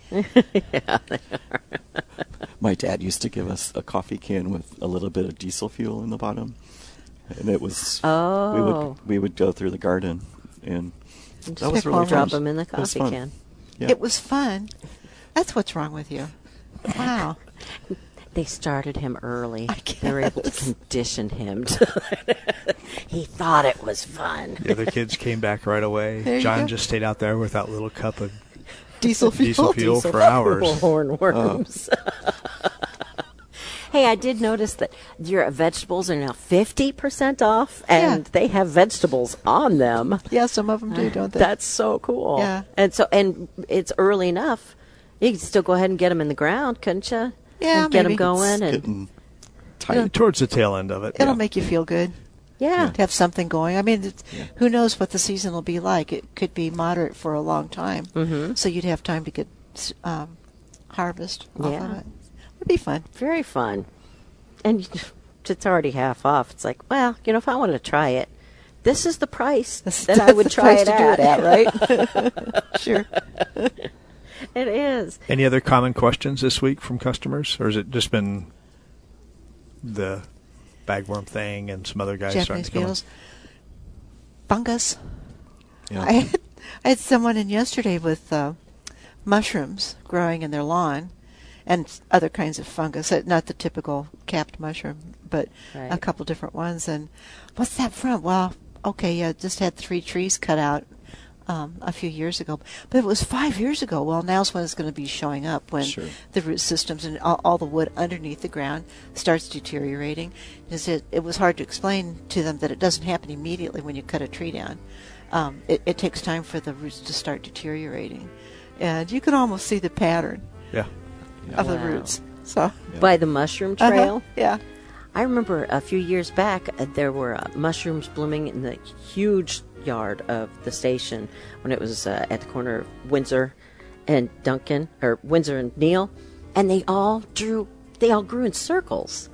Speaker 3: My dad used to give us a coffee can with a little bit of diesel fuel in the bottom, and it was we
Speaker 1: Oh.
Speaker 3: would we would go through the garden and
Speaker 1: And just
Speaker 3: that was
Speaker 1: pick
Speaker 3: really
Speaker 1: one
Speaker 3: fun.
Speaker 1: up 'em in the
Speaker 3: It was
Speaker 1: coffee
Speaker 3: fun.
Speaker 1: can.
Speaker 3: Yeah.
Speaker 2: It was fun. That's what's wrong with you. Wow.
Speaker 1: They started him early.
Speaker 2: I
Speaker 1: They were able to
Speaker 2: guess.
Speaker 1: condition him. <laughs> To he thought it was fun.
Speaker 4: The
Speaker 1: <laughs>
Speaker 4: other kids came back right away.
Speaker 2: <laughs> There you
Speaker 4: John
Speaker 2: go.
Speaker 4: just stayed out there with that little cup of
Speaker 2: Diesel fuel.
Speaker 4: diesel fuel
Speaker 1: Diesel
Speaker 4: for hours.
Speaker 1: hornworms. <laughs> hey, I did notice that your vegetables are now fifty percent off, and
Speaker 2: Yeah.
Speaker 1: they have vegetables on them.
Speaker 2: Yeah, some of
Speaker 1: <sighs>
Speaker 2: them do, don't they?
Speaker 1: That's so cool.
Speaker 2: Yeah.
Speaker 1: And so, and it's early enough. You could still go ahead and get them in the ground, couldn't you?
Speaker 2: Yeah,
Speaker 1: and get them
Speaker 2: maybe.
Speaker 1: going, and
Speaker 3: Getting tight.
Speaker 4: Towards the tail end of it.
Speaker 2: It'll
Speaker 4: yeah.
Speaker 2: make you feel good
Speaker 1: yeah,
Speaker 2: to have something going. I mean, it's,
Speaker 3: Yeah.
Speaker 2: who knows what the season will be like? It could be moderate for a long time, mm-hmm. so you'd have time to get s- um, harvest. Off
Speaker 1: Yeah.
Speaker 2: of it. It'd be fun.
Speaker 1: very fun. And <laughs> you- it's already half off. It's like, well, you know, if I wanted to try it, this is the price
Speaker 2: That's- <laughs>
Speaker 1: that I
Speaker 2: that's
Speaker 1: would
Speaker 2: the
Speaker 1: try
Speaker 2: place
Speaker 1: it
Speaker 2: to do
Speaker 1: at.
Speaker 2: it at, right? <laughs> sure.
Speaker 1: <laughs> it is.
Speaker 4: Any other common questions this week from customers, or has it just been the bagworm thing and some other guys starting
Speaker 2: Japanese
Speaker 4: to come? in?
Speaker 2: beetles, fungus.
Speaker 3: Yeah.
Speaker 2: I had, I had someone in yesterday with uh, mushrooms growing in their lawn and s- other kinds of fungus, uh, not the typical capped mushroom, but a
Speaker 1: Right.
Speaker 2: couple different ones. And what's that from? Well, okay, yeah, just had three trees cut out um, a few years ago, but it was five years ago. Well, now's when it's going to be showing up when
Speaker 3: Sure.
Speaker 2: the root systems and all, all the wood underneath the ground starts deteriorating. Is it, it was hard to explain to them that it doesn't happen immediately when you cut a tree down. Um, it, it takes time for the roots to start deteriorating, and you can almost see the pattern
Speaker 4: Yeah.
Speaker 2: of the
Speaker 1: Wow.
Speaker 2: roots. So
Speaker 1: By the mushroom
Speaker 2: uh-huh,
Speaker 1: trail.
Speaker 2: yeah,
Speaker 1: I remember a few years back uh, there were uh, mushrooms blooming in the huge yard of the station when it was uh, at the corner of Windsor and Duncan or Windsor and Neil, and they all drew. They all grew in circles.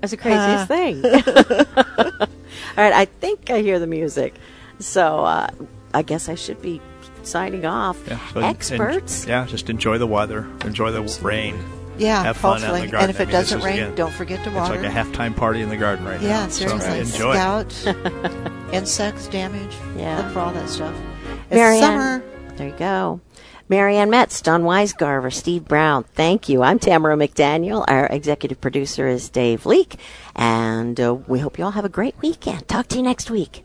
Speaker 1: That's the craziest thing. all <laughs> right, I think I hear the music, so uh, I guess I should be signing off.
Speaker 4: Yeah, so en- en-
Speaker 1: Experts.
Speaker 4: yeah, just enjoy the weather, enjoy the rain.
Speaker 2: yeah.
Speaker 4: Have fun out in
Speaker 2: hopefully,
Speaker 4: the
Speaker 2: and
Speaker 4: garden.
Speaker 2: if
Speaker 4: I
Speaker 2: it
Speaker 4: mean, this
Speaker 2: doesn't
Speaker 4: is,
Speaker 2: rain,
Speaker 4: again,
Speaker 2: don't forget to
Speaker 4: It's
Speaker 2: water.
Speaker 4: like a halftime party in the garden right
Speaker 2: yeah,
Speaker 4: now.
Speaker 2: seriously,
Speaker 4: So enjoy.
Speaker 2: scout
Speaker 4: <laughs>
Speaker 2: insects damage.
Speaker 1: Yeah.
Speaker 2: look for all that stuff. It's
Speaker 1: Marianne.
Speaker 2: summer.
Speaker 1: There you go. Marianne Metz, Don Weisgarver, Steve Brown. Thank you. I'm Tamara McDaniel. Our executive producer is Dave Leake. And uh, we hope you all have a great weekend. Talk to you next week.